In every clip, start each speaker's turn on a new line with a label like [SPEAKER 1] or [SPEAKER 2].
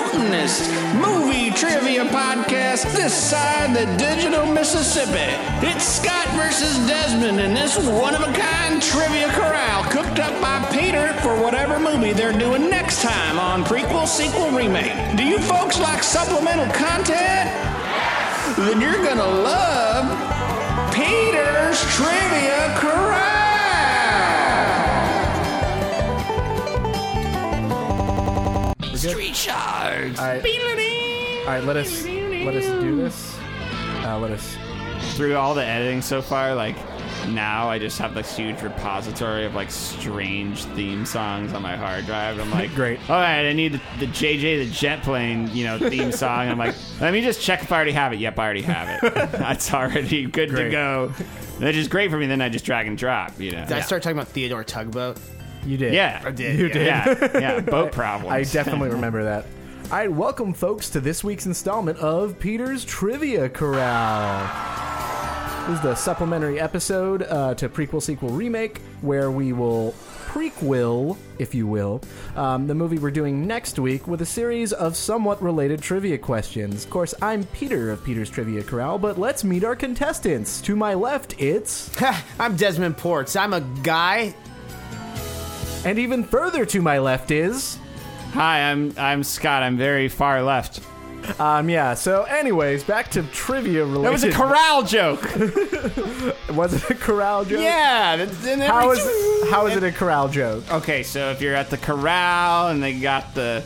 [SPEAKER 1] best movie trivia podcast this side the digital Mississippi. It's Scott versus Desmond in this one of a kind trivia corral cooked up by Peter for whatever movie they're doing next time on prequel, sequel, remake. Do you folks like supplemental content? Then you're gonna love Peter's Trivia Corral.
[SPEAKER 2] Street sharks.
[SPEAKER 3] All right. All right, let us let us do this. Uh, let us.
[SPEAKER 2] Through all the editing so far, like now I just have this huge repository of like strange theme songs on my hard drive. I'm like, "Oh,
[SPEAKER 3] Great.
[SPEAKER 2] All right, I need the, the JJ the jet plane, you know, theme song. I'm like, let me just check if I already have it. Yep, I already have it. That's already good to
[SPEAKER 3] Great.
[SPEAKER 2] go. That's just great for me. Then I just drag and drop. You know.
[SPEAKER 4] Did I start talking about Theodore Tugboat?
[SPEAKER 3] You did.
[SPEAKER 2] yeah,
[SPEAKER 4] I did,
[SPEAKER 3] You
[SPEAKER 4] yeah.
[SPEAKER 3] did.
[SPEAKER 2] Yeah, yeah. Boat problems.
[SPEAKER 3] I definitely remember that. All right, welcome, folks, to this week's installment of Peter's Trivia Corral. This is the supplementary episode uh, to prequel, sequel, remake, where we will prequel, if you will, um, the movie we're doing next week with a series of somewhat related trivia questions. Of course, I'm Peter of Peter's Trivia Corral, but let's meet our contestants. To my left, it's
[SPEAKER 4] Ha, I'm Desmond Ports. I'm a guy.
[SPEAKER 3] and even further to my left is
[SPEAKER 2] Hi, I'm I'm Scott. I'm very far left.
[SPEAKER 3] um yeah. So, anyways, back to trivia related.
[SPEAKER 2] That was a corral joke.
[SPEAKER 3] Was it a corral joke?
[SPEAKER 2] yeah. Um, that's- and
[SPEAKER 3] How
[SPEAKER 2] every-
[SPEAKER 3] is how is it a corral joke?
[SPEAKER 2] Okay, so if you're at the corral and they got the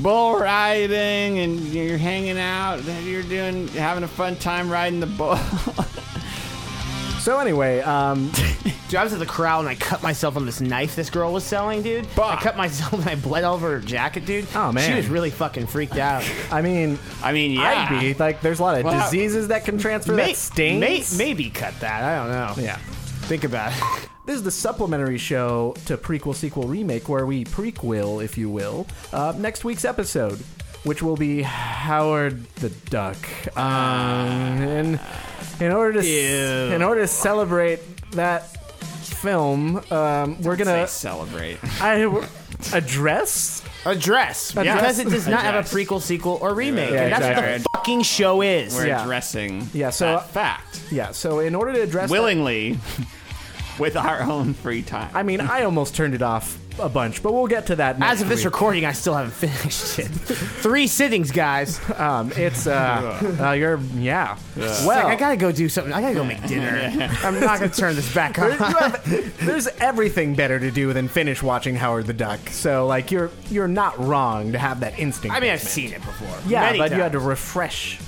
[SPEAKER 2] bull riding and you're hanging out, then you're doing having a fun time riding the bull.
[SPEAKER 3] So anyway, um,
[SPEAKER 4] Dude, I was at the corral and I cut myself on this knife this girl was selling, dude.
[SPEAKER 2] Bah.
[SPEAKER 4] I cut myself and I bled all over her jacket, dude.
[SPEAKER 3] Oh, man.
[SPEAKER 4] she was really fucking freaked out.
[SPEAKER 3] I mean,
[SPEAKER 2] I mean, yeah.
[SPEAKER 3] I'd be like, there's a lot of
[SPEAKER 2] Well,
[SPEAKER 3] diseases that can transfer
[SPEAKER 4] May-
[SPEAKER 3] that stings.
[SPEAKER 4] may- maybe cut that. I don't know.
[SPEAKER 3] yeah.
[SPEAKER 4] Think about it.
[SPEAKER 3] This is the supplementary show to prequel, sequel, remake, where we prequel, if you will, uh, next week's episode, which will be Howard the Duck. Um, and in order to
[SPEAKER 2] Ew.
[SPEAKER 3] in order to celebrate that film, um, we're
[SPEAKER 2] Say
[SPEAKER 3] gonna
[SPEAKER 2] celebrate.
[SPEAKER 3] I, address
[SPEAKER 4] A dress.
[SPEAKER 3] Yeah.
[SPEAKER 4] Because it does
[SPEAKER 2] A
[SPEAKER 4] not have a
[SPEAKER 2] dress.
[SPEAKER 4] prequel, sequel, or remake.
[SPEAKER 3] Yeah,
[SPEAKER 4] and that's what
[SPEAKER 2] exactly.
[SPEAKER 4] the fucking show is.
[SPEAKER 2] We're
[SPEAKER 3] Yeah.
[SPEAKER 2] addressing
[SPEAKER 3] Yeah, so, uh,
[SPEAKER 2] that fact
[SPEAKER 3] Yeah, so in order to address that-
[SPEAKER 2] willingly with our own free time.
[SPEAKER 3] I mean, I almost turned it off a bunch, but we'll get to that next
[SPEAKER 4] As of this
[SPEAKER 3] week.
[SPEAKER 4] recording, I still haven't finished it. Three sittings, guys. It's
[SPEAKER 3] um, it's uh, uh you're yeah.
[SPEAKER 4] like,
[SPEAKER 3] Well,
[SPEAKER 4] I gotta go do something. I gotta go make dinner. I'm not gonna turn this back
[SPEAKER 3] there- you
[SPEAKER 4] on.
[SPEAKER 3] have- there's everything better to do than finish watching Howard the Duck. So like you're you're not wrong to have that instinct.
[SPEAKER 4] I mean, I've seen it before.
[SPEAKER 3] yeah,
[SPEAKER 4] many
[SPEAKER 3] but you had
[SPEAKER 4] times.
[SPEAKER 3] to refresh,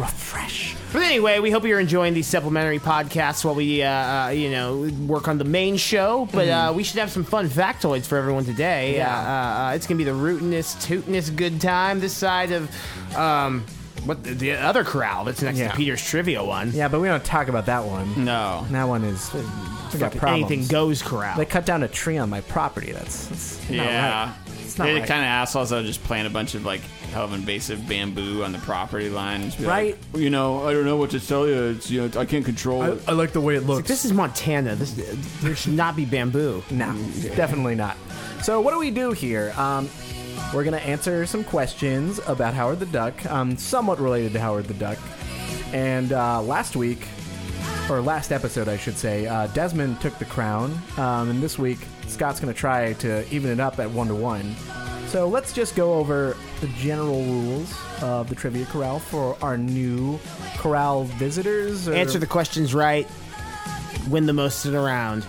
[SPEAKER 3] refresh.
[SPEAKER 4] But anyway, we hope you're enjoying these supplementary podcasts while we, uh, uh, you know, work on the main show. But uh, we should have some fun factoids for everyone today.
[SPEAKER 3] Mm. Yeah.
[SPEAKER 4] Uh, uh, uh, it's gonna be the rootinest, tootinest good time this side of, um, what the, the other corral that's next
[SPEAKER 3] Yeah.
[SPEAKER 4] to Peter's trivia one.
[SPEAKER 3] Yeah, but we don't talk about that one.
[SPEAKER 2] no.
[SPEAKER 3] That one is we got problems.
[SPEAKER 4] Anything goes corral.
[SPEAKER 3] They cut down a tree on my property. That's, that's not
[SPEAKER 2] Yeah.
[SPEAKER 3] right. It's not
[SPEAKER 2] They're the
[SPEAKER 3] right.
[SPEAKER 2] kind of assholes that'll just plant a bunch of like hell of invasive bamboo on the property line. And just be
[SPEAKER 3] Right.
[SPEAKER 2] Like, you know, I don't know what to tell you. It's you know, I can't control it.
[SPEAKER 3] I like the way it looks.
[SPEAKER 4] this is Montana. This there should not be bamboo.
[SPEAKER 3] No, definitely not. So what do we do here? Um, we're gonna answer some questions about Howard the Duck, um, somewhat related to Howard the Duck. And uh, last week, or last episode, I should say, uh, Desmond took the crown, um, and this week Scott's gonna try to even it up at one to one. So let's just go over the general rules of the trivia corral for our new corral visitors. Or
[SPEAKER 4] Answer the questions right. Win the most of the round.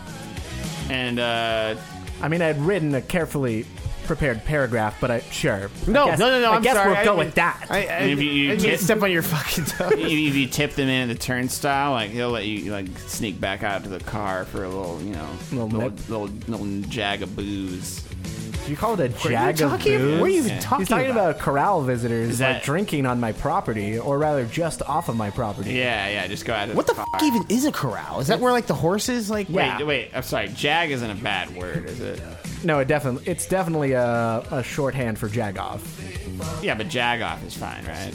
[SPEAKER 2] and uh,
[SPEAKER 3] I mean, I'd written a carefully prepared paragraph, but I sure.
[SPEAKER 4] No,
[SPEAKER 3] I guess,
[SPEAKER 4] no, no, no.
[SPEAKER 3] I
[SPEAKER 4] am
[SPEAKER 3] guess
[SPEAKER 4] sorry.
[SPEAKER 3] we'll
[SPEAKER 4] I
[SPEAKER 3] go
[SPEAKER 4] didn't-
[SPEAKER 3] with that.
[SPEAKER 4] I, I,
[SPEAKER 2] Maybe you
[SPEAKER 4] I didn't
[SPEAKER 2] did.
[SPEAKER 4] step on your fucking toe.
[SPEAKER 2] if you- if you tip them in at the turnstile, like he'll let you like sneak back out to the car for a little, you know,
[SPEAKER 3] Little
[SPEAKER 2] little,
[SPEAKER 3] nip.
[SPEAKER 2] little, little jag of booze.
[SPEAKER 3] you call it a
[SPEAKER 4] What
[SPEAKER 3] jag
[SPEAKER 4] you
[SPEAKER 3] of
[SPEAKER 4] talking-
[SPEAKER 3] booze?
[SPEAKER 4] What are you even
[SPEAKER 2] Yeah.
[SPEAKER 4] talking,
[SPEAKER 3] He's talking about corral visitors
[SPEAKER 2] Is
[SPEAKER 3] like
[SPEAKER 2] that-
[SPEAKER 3] drinking on my property, or rather, just off of my property.
[SPEAKER 2] Yeah, yeah. Just go out. To
[SPEAKER 4] What the
[SPEAKER 2] car.
[SPEAKER 4] fuck even is a corral? Is that where like the horses like?
[SPEAKER 2] Wait,
[SPEAKER 3] Yeah.
[SPEAKER 2] wait. I'm sorry. Jag isn't a bad word, is it?
[SPEAKER 3] No, it definitely. It's definitely a, a shorthand for jag off.
[SPEAKER 2] Yeah, but jag off is fine, right?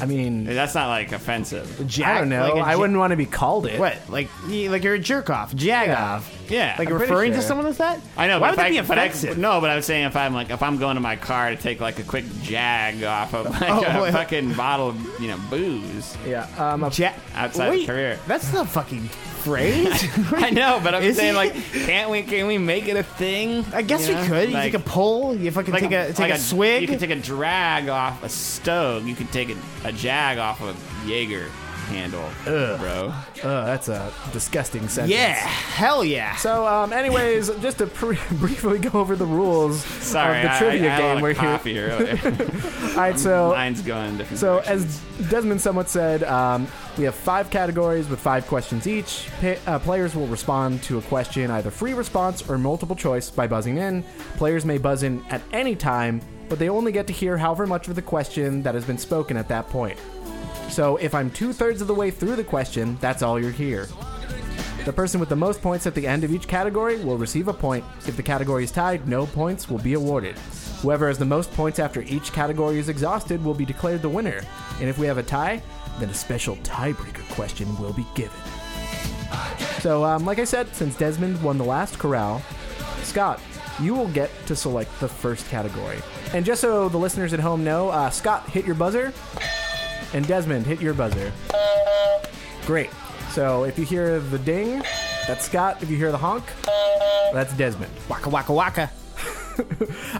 [SPEAKER 3] I mean,
[SPEAKER 2] That's not like offensive.
[SPEAKER 4] Jack,
[SPEAKER 3] I don't know.
[SPEAKER 4] like a
[SPEAKER 3] I
[SPEAKER 4] ja-
[SPEAKER 3] wouldn't want to be called it.
[SPEAKER 4] What? Like, you- like you're a jerk off, jag off.
[SPEAKER 2] Yeah,
[SPEAKER 4] Like
[SPEAKER 2] I'm
[SPEAKER 3] pretty
[SPEAKER 4] referring to
[SPEAKER 3] sure.
[SPEAKER 4] someone as that?
[SPEAKER 2] I know.
[SPEAKER 4] Why
[SPEAKER 2] but
[SPEAKER 4] would that
[SPEAKER 2] if
[SPEAKER 4] be
[SPEAKER 2] I, but I-
[SPEAKER 4] offensive?
[SPEAKER 2] no, but I was saying if I'm like if I'm going to my car to take like a quick jag off of like
[SPEAKER 4] Oh,
[SPEAKER 2] a
[SPEAKER 4] wait.
[SPEAKER 2] fucking bottle of you know booze.
[SPEAKER 3] Yeah. Um, a-
[SPEAKER 4] Ja-
[SPEAKER 2] Outside of
[SPEAKER 4] Wait,
[SPEAKER 2] career.
[SPEAKER 4] That's the fucking phrase.
[SPEAKER 2] I know, but I'm
[SPEAKER 4] Is
[SPEAKER 2] saying
[SPEAKER 4] he-
[SPEAKER 2] like can't we can we make it a thing?
[SPEAKER 4] I guess
[SPEAKER 2] know?
[SPEAKER 4] we could.
[SPEAKER 2] Like-
[SPEAKER 4] you take a pull. You fucking take a, take
[SPEAKER 2] like
[SPEAKER 4] a, swig.
[SPEAKER 2] You can take a drag off a stove. You can take a, a jag off a Jaeger handle, bro.
[SPEAKER 3] uh, that's a disgusting sentence.
[SPEAKER 4] yeah, hell yeah.
[SPEAKER 3] So, um, anyways, just to pre- briefly go over the rules
[SPEAKER 2] Sorry,
[SPEAKER 3] of the trivia
[SPEAKER 2] I, I, I had a lot
[SPEAKER 3] game
[SPEAKER 2] of
[SPEAKER 3] we're
[SPEAKER 2] coffee earlier.
[SPEAKER 3] here. All right, so
[SPEAKER 2] Mine's going different.
[SPEAKER 3] So,
[SPEAKER 2] directions.
[SPEAKER 3] as Desmond somewhat said, um, we have five categories with five questions each. Pa- uh, players will respond to a question either free response or multiple choice by buzzing in. Players may buzz in at any time, but they only get to hear however much of the question that has been spoken at that point. So, if I'm two thirds of the way through the question, that's all you're here. The person with the most points at the end of each category will receive a point. If the category is tied, no points will be awarded. Whoever has the most points after each category is exhausted will be declared the winner. And if we have a tie, then a special tiebreaker question will be given. So, um, like I said, since Desmond won the last corral, Scott, you will get to select the first category. And just so the listeners at home know, uh, Scott, hit your buzzer, and Desmond, hit your buzzer. Great. So if you hear the ding, that's Scott. If you hear the honk, that's Desmond.
[SPEAKER 4] waka waka waka.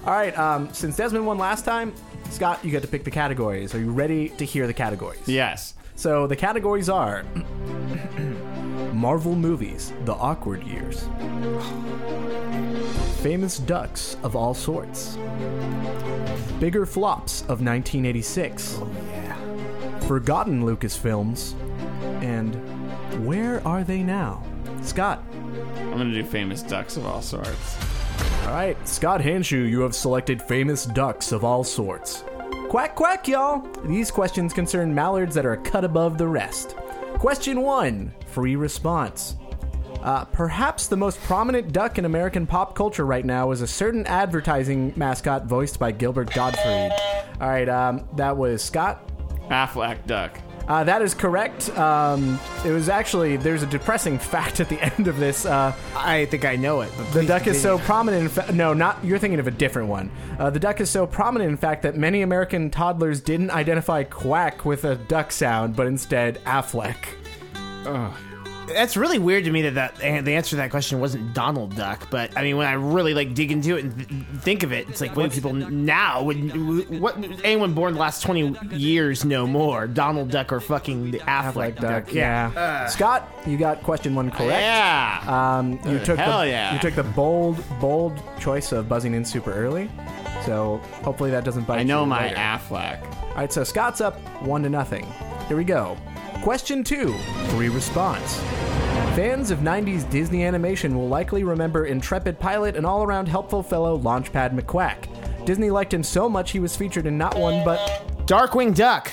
[SPEAKER 3] All right. Um, since Desmond won last time, Scott, you get to pick the categories. Are you ready to hear the categories?
[SPEAKER 2] yes,
[SPEAKER 3] So the categories are Marvel movies, the awkward years, famous ducks of all sorts, bigger flops of 1986, forgotten Lucasfilms, and where are they now? Scott.
[SPEAKER 2] I'm gonna do famous ducks of all sorts.
[SPEAKER 3] All right, Scott Hanshoe, you have selected famous ducks of all sorts. Quack, quack, y'all! These questions concern mallards that are a cut above the rest. Question one free response. Uh, perhaps the most prominent duck in American pop culture right now is a certain advertising mascot voiced by Gilbert Gottfried. All right, um, that was Scott.
[SPEAKER 2] Affleck duck.
[SPEAKER 3] Uh, that is correct. Um, it was actually, there's a depressing fact at the end of this. Uh,
[SPEAKER 4] I think I know it. but
[SPEAKER 3] the
[SPEAKER 4] please
[SPEAKER 3] duck is so
[SPEAKER 4] continue.
[SPEAKER 3] prominent. In fa- no, not you're thinking of a different one. Uh, the duck is so prominent, in fact, that many American toddlers didn't identify quack with a duck sound, but instead Affleck.
[SPEAKER 4] That's really weird to me that, that and the answer to that question wasn't Donald Duck. But I mean, when I really like dig into it and th- think of it, it's like when people n- now would what anyone born the last twenty years know more Donald Duck or fucking the Affleck, Duck. Uh.
[SPEAKER 3] yeah. Scott, you got question one correct.
[SPEAKER 2] Yeah.
[SPEAKER 3] Um, you took
[SPEAKER 2] hell
[SPEAKER 3] the,
[SPEAKER 2] yeah.
[SPEAKER 3] you took the bold bold choice of buzzing in super early. So hopefully that doesn't bite.
[SPEAKER 2] I know
[SPEAKER 3] you
[SPEAKER 2] my
[SPEAKER 3] later.
[SPEAKER 2] Affleck.
[SPEAKER 3] All right, so Scott's up one to nothing. Here we go. Question two, free response. Fans of 90s Disney animation will likely remember intrepid pilot and all around helpful fellow Launchpad McQuack. Disney liked him so much he was featured in not one but.
[SPEAKER 4] Darkwing Duck.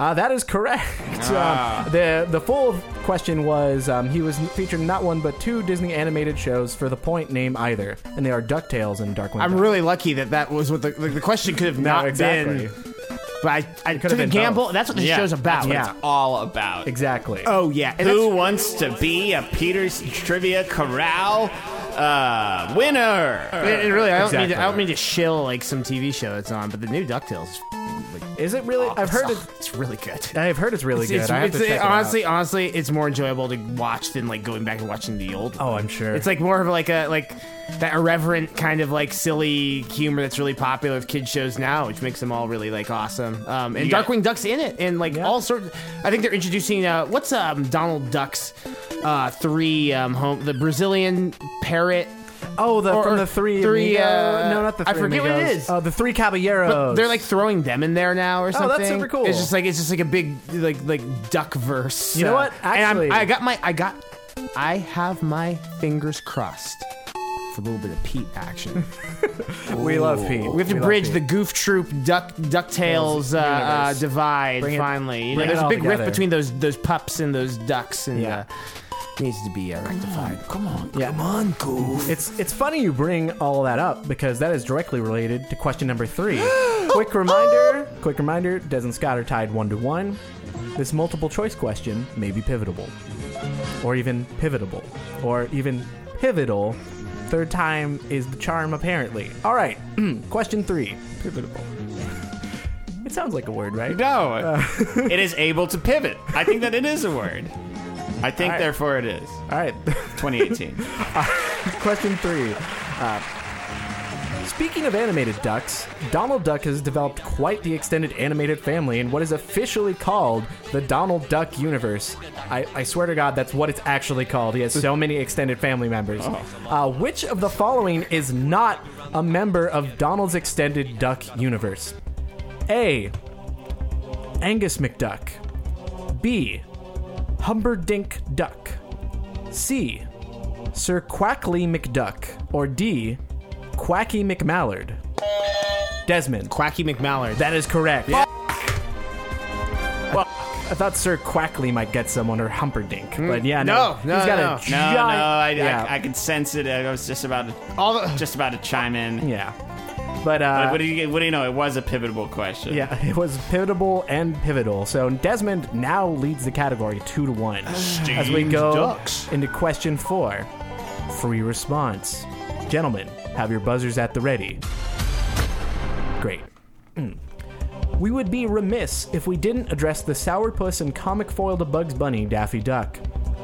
[SPEAKER 3] Uh, that is correct.
[SPEAKER 4] Ah.
[SPEAKER 3] Um, the, the full question was um, he was featured in not one but two Disney animated shows for the point name either, and they are DuckTales and Darkwing
[SPEAKER 4] I'm
[SPEAKER 3] Duck.
[SPEAKER 4] really lucky that that was what the like, the question could have not
[SPEAKER 3] exactly.
[SPEAKER 4] been. But I, I
[SPEAKER 3] could've
[SPEAKER 4] took a
[SPEAKER 3] been
[SPEAKER 4] gamble.
[SPEAKER 3] both.
[SPEAKER 4] That's what the
[SPEAKER 2] Yeah,
[SPEAKER 4] show's
[SPEAKER 2] That's
[SPEAKER 4] about.
[SPEAKER 2] what
[SPEAKER 3] Yeah.
[SPEAKER 2] it's all about.
[SPEAKER 3] Exactly.
[SPEAKER 4] Oh yeah. And
[SPEAKER 2] Who
[SPEAKER 4] that's-
[SPEAKER 2] wants to be a Peter's Trivia Corral uh, winner?
[SPEAKER 4] and- and really, I don't, mean to, I
[SPEAKER 3] Exactly.
[SPEAKER 4] don't mean to shill like some TV show that's on, but the new Ducktales. is f- Like,
[SPEAKER 3] Is it really? I've heard it.
[SPEAKER 4] it's, it's really good.
[SPEAKER 3] I've heard it's really
[SPEAKER 4] It's,
[SPEAKER 3] good.
[SPEAKER 4] it's-
[SPEAKER 3] I have
[SPEAKER 4] it's-
[SPEAKER 3] to check it out.
[SPEAKER 4] honestly, honestly, it's more enjoyable to watch than like going back and watching the old.
[SPEAKER 3] Oh, I'm sure.
[SPEAKER 4] It's like more of like a like that irreverent kind of like silly humor that's really popular with kid shows now, which makes them all really like awesome. Um, and
[SPEAKER 2] You got-
[SPEAKER 4] Darkwing Duck's in it, and like
[SPEAKER 3] Yeah.
[SPEAKER 4] all sorts. I think they're introducing uh, what's um, Donald Duck's uh, three um, home the Brazilian parrot.
[SPEAKER 3] Oh, the
[SPEAKER 4] Or-
[SPEAKER 3] from
[SPEAKER 4] or
[SPEAKER 3] the three.
[SPEAKER 4] three,
[SPEAKER 3] amigo-
[SPEAKER 4] uh,
[SPEAKER 3] no, not the
[SPEAKER 4] I
[SPEAKER 3] three.
[SPEAKER 4] forget what it
[SPEAKER 3] amigos.
[SPEAKER 4] is.
[SPEAKER 3] Oh, the three caballeros.
[SPEAKER 4] But they're like throwing them in there now or something.
[SPEAKER 3] Oh, that's super cool.
[SPEAKER 4] It's just like it's just like a big like like duck verse.
[SPEAKER 3] You know what? Actually-
[SPEAKER 4] and I'm, I got my I got I have my fingers crossed for a little bit of Pete action.
[SPEAKER 3] we love Pete.
[SPEAKER 4] We have to
[SPEAKER 3] love
[SPEAKER 4] bridge
[SPEAKER 3] Pete.
[SPEAKER 4] the Goof Troop Duck Ducktales uh, uh,
[SPEAKER 3] universe.
[SPEAKER 4] divide.
[SPEAKER 3] Bring it-
[SPEAKER 4] finally, you know,
[SPEAKER 3] bring it
[SPEAKER 4] there's a
[SPEAKER 3] all
[SPEAKER 4] big rift
[SPEAKER 3] together.
[SPEAKER 4] between those those pups and those ducks, and
[SPEAKER 3] Yeah.
[SPEAKER 4] uh, needs to be uh, rectified. Come on,
[SPEAKER 3] Yeah.
[SPEAKER 4] come on, Goof.
[SPEAKER 3] It's it's funny
[SPEAKER 4] Oh.
[SPEAKER 3] you bring all that up because that is directly related to question number three. Quick reminder Quick reminder Des and Scott are tied 1 to 1. This multiple choice question may be pivotable, or even pivotable, or even pivotal. Third time is the charm, apparently. All right, question three pivotable. It sounds like a word, right?
[SPEAKER 2] No,
[SPEAKER 3] Uh,
[SPEAKER 2] it is able to pivot. I think that it is a word. I think,
[SPEAKER 3] right.
[SPEAKER 2] therefore, it is.
[SPEAKER 3] All right.
[SPEAKER 2] 2018.
[SPEAKER 3] Question three. Uh, speaking of animated ducks, Donald Duck has developed quite the extended animated family in what is officially called the Donald Duck universe. I, I swear to God, that's what it's actually called. He has so many extended family members. Uh, which of the following is not a member of Donald's extended duck universe? A. Angus McDuck. B. Humberdink Duck. C. Sir Quackly McDuck, or D, Quacky McMallard? Desmond.
[SPEAKER 4] Quacky McMallard.
[SPEAKER 3] That is correct. Well, I thought Sir Quackly might get someone or Humperdink, but yeah, no,
[SPEAKER 4] No, no,
[SPEAKER 3] he's got
[SPEAKER 4] no. No,
[SPEAKER 2] No,
[SPEAKER 3] a giant.
[SPEAKER 2] no, I,
[SPEAKER 3] yeah,
[SPEAKER 2] I, I could sense it. I was just about to,
[SPEAKER 4] All the-
[SPEAKER 2] just about to chime in.
[SPEAKER 3] yeah. But uh,
[SPEAKER 2] Like, what do you what do you know? It was a pivotable question.
[SPEAKER 3] yeah, it was pivotable and pivotal. So Desmond now leads the category two to one as we go
[SPEAKER 4] ducks.
[SPEAKER 3] into question four. Free response, gentlemen, have your buzzers at the ready. Great. Mm. We would be remiss if we didn't address the sourpuss and comic foil to Bugs Bunny, Daffy Duck.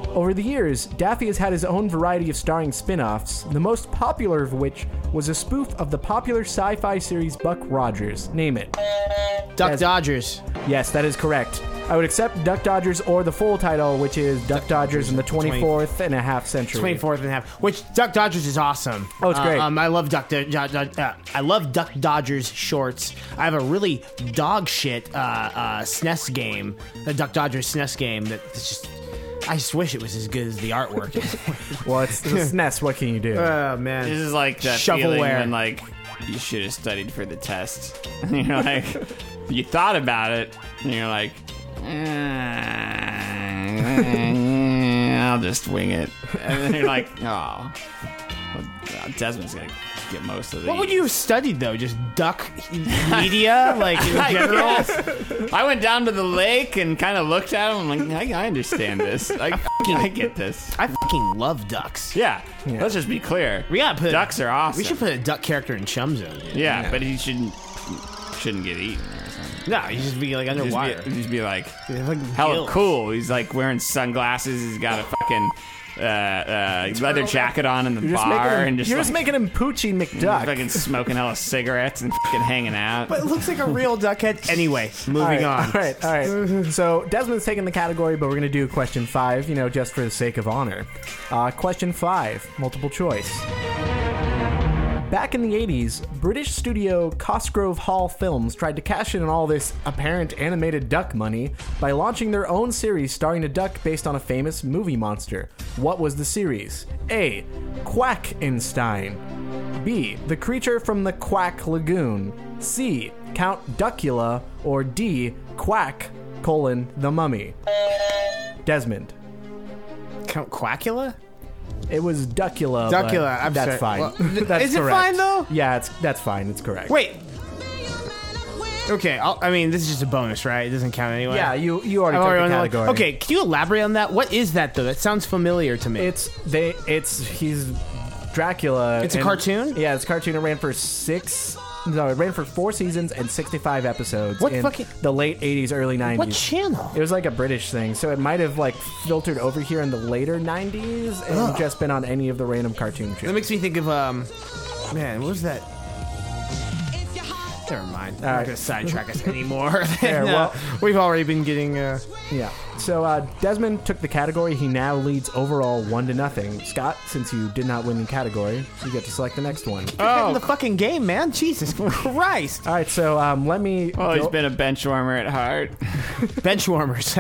[SPEAKER 3] Over the years, Daffy has had his own variety of starring spin offs, the most popular of which was a spoof of the popular sci fi series Buck Rogers. Name it.
[SPEAKER 4] Duck
[SPEAKER 3] Yes.
[SPEAKER 4] Dodgers.
[SPEAKER 3] Yes, that is correct. I would accept Duck Dodgers or the full title, which is Duck Dodgers in the 24th and a half century.
[SPEAKER 4] 24th and a half. Which Duck Dodgers is awesome.
[SPEAKER 3] Oh, it's
[SPEAKER 4] Uh,
[SPEAKER 3] great.
[SPEAKER 4] um, I love Duck. Do- Do- Do- uh, I love Duck Dodgers shorts. I have a really dog shit uh, uh, SNES game, the Duck Dodgers SNES game. That it's just. I just wish it was as good as the artwork.
[SPEAKER 3] Well, it's, it's SNES. E What can you do?
[SPEAKER 4] oh man.
[SPEAKER 2] This is like that feeling
[SPEAKER 4] Shovelware.
[SPEAKER 2] when like you should have studied for the test. you're like you thought about it, and you're like, "Mm, I'll just wing it, and then you're like, oh, well, uh, Desmond's gonna get most of the.
[SPEAKER 4] What would you have studied though? Just duck media, like in general.
[SPEAKER 2] I went down to the lake and kind of looked at him. I'm like, I, I understand this. I, f***ing- I get this.
[SPEAKER 4] I fucking love ducks.
[SPEAKER 2] Yeah, Let's just be clear.
[SPEAKER 4] We gotta put
[SPEAKER 2] ducks are awesome.
[SPEAKER 4] We should put a duck character in Chum Zone. dude.
[SPEAKER 2] yeah, but he shouldn't shouldn't get eaten or something.
[SPEAKER 4] No, he should be like
[SPEAKER 2] Just
[SPEAKER 4] underwater.
[SPEAKER 2] be, just be like,
[SPEAKER 4] like
[SPEAKER 2] hella
[SPEAKER 4] gills.
[SPEAKER 2] cool. He's like wearing sunglasses. He's got a fucking uh, uh, leather jacket on in the
[SPEAKER 3] You're just making
[SPEAKER 2] bar
[SPEAKER 3] him,
[SPEAKER 2] and just,
[SPEAKER 3] you're
[SPEAKER 2] like,
[SPEAKER 3] just making him Poochie McDuck.
[SPEAKER 2] fucking smoking hella cigarettes and fucking hanging out.
[SPEAKER 4] But it looks like a real duckhead. Anyway, moving
[SPEAKER 3] All right,
[SPEAKER 4] on.
[SPEAKER 3] All right, all right. So Desmond's taking the category, but we're going to do question five, you know, just for the sake of honor. Uh, question five, multiple choice. Back in the 80s, British studio Cosgrove Hall Films tried to cash in on all this apparent animated duck money by launching their own series starring a duck based on a famous movie monster. What was the series? A. Quackenstein. B. The creature from the Quack Lagoon. C. Count Duckula. Or D. Quack, colon, the mummy. Desmond.
[SPEAKER 4] Count Quackula?
[SPEAKER 3] It was Duckula. but
[SPEAKER 4] Duckula, I'm
[SPEAKER 3] that's
[SPEAKER 4] sorry.
[SPEAKER 3] fine.
[SPEAKER 4] Well,
[SPEAKER 3] that's
[SPEAKER 4] is it
[SPEAKER 3] correct.
[SPEAKER 4] fine, though?
[SPEAKER 3] Yeah, it's that's fine. It's correct.
[SPEAKER 4] Wait. Okay, I'll, I mean, this is just a bonus, right? It doesn't count anyway.
[SPEAKER 3] Yeah, you you already
[SPEAKER 4] I've
[SPEAKER 3] took
[SPEAKER 4] already
[SPEAKER 3] the
[SPEAKER 4] won the-
[SPEAKER 3] category.
[SPEAKER 4] okay, can you elaborate on that? What is that, though? That sounds familiar to me.
[SPEAKER 3] it's they it's he's Dracula.
[SPEAKER 4] It's a
[SPEAKER 3] and-
[SPEAKER 4] cartoon?
[SPEAKER 3] Yeah, it's a cartoon. It ran for six. No, it ran for four seasons and sixty-five episodes
[SPEAKER 4] What
[SPEAKER 3] in
[SPEAKER 4] fucking-
[SPEAKER 3] the late '80s, early '90s.
[SPEAKER 4] what channel?
[SPEAKER 3] It was like a British thing, so it might have like filtered over here in the later '90s and just been on any of the random cartoon
[SPEAKER 4] that
[SPEAKER 3] channels.
[SPEAKER 4] makes me think of, um, man, what was that? Never mind. I'm not
[SPEAKER 3] right.
[SPEAKER 4] going to sidetrack us anymore.
[SPEAKER 3] Yeah,
[SPEAKER 4] No,
[SPEAKER 3] well-
[SPEAKER 4] we've already been getting. Uh,
[SPEAKER 3] Yeah. So uh, Desmond took the category. He now leads overall one to nothing. Scott, since you did not win the category, you get to select the next one.
[SPEAKER 4] oh, the fucking game, man! Jesus Christ!
[SPEAKER 3] All right. So um, let me.
[SPEAKER 2] oh, he's
[SPEAKER 3] go-
[SPEAKER 2] been a bench warmer at heart.
[SPEAKER 4] Benchwarmers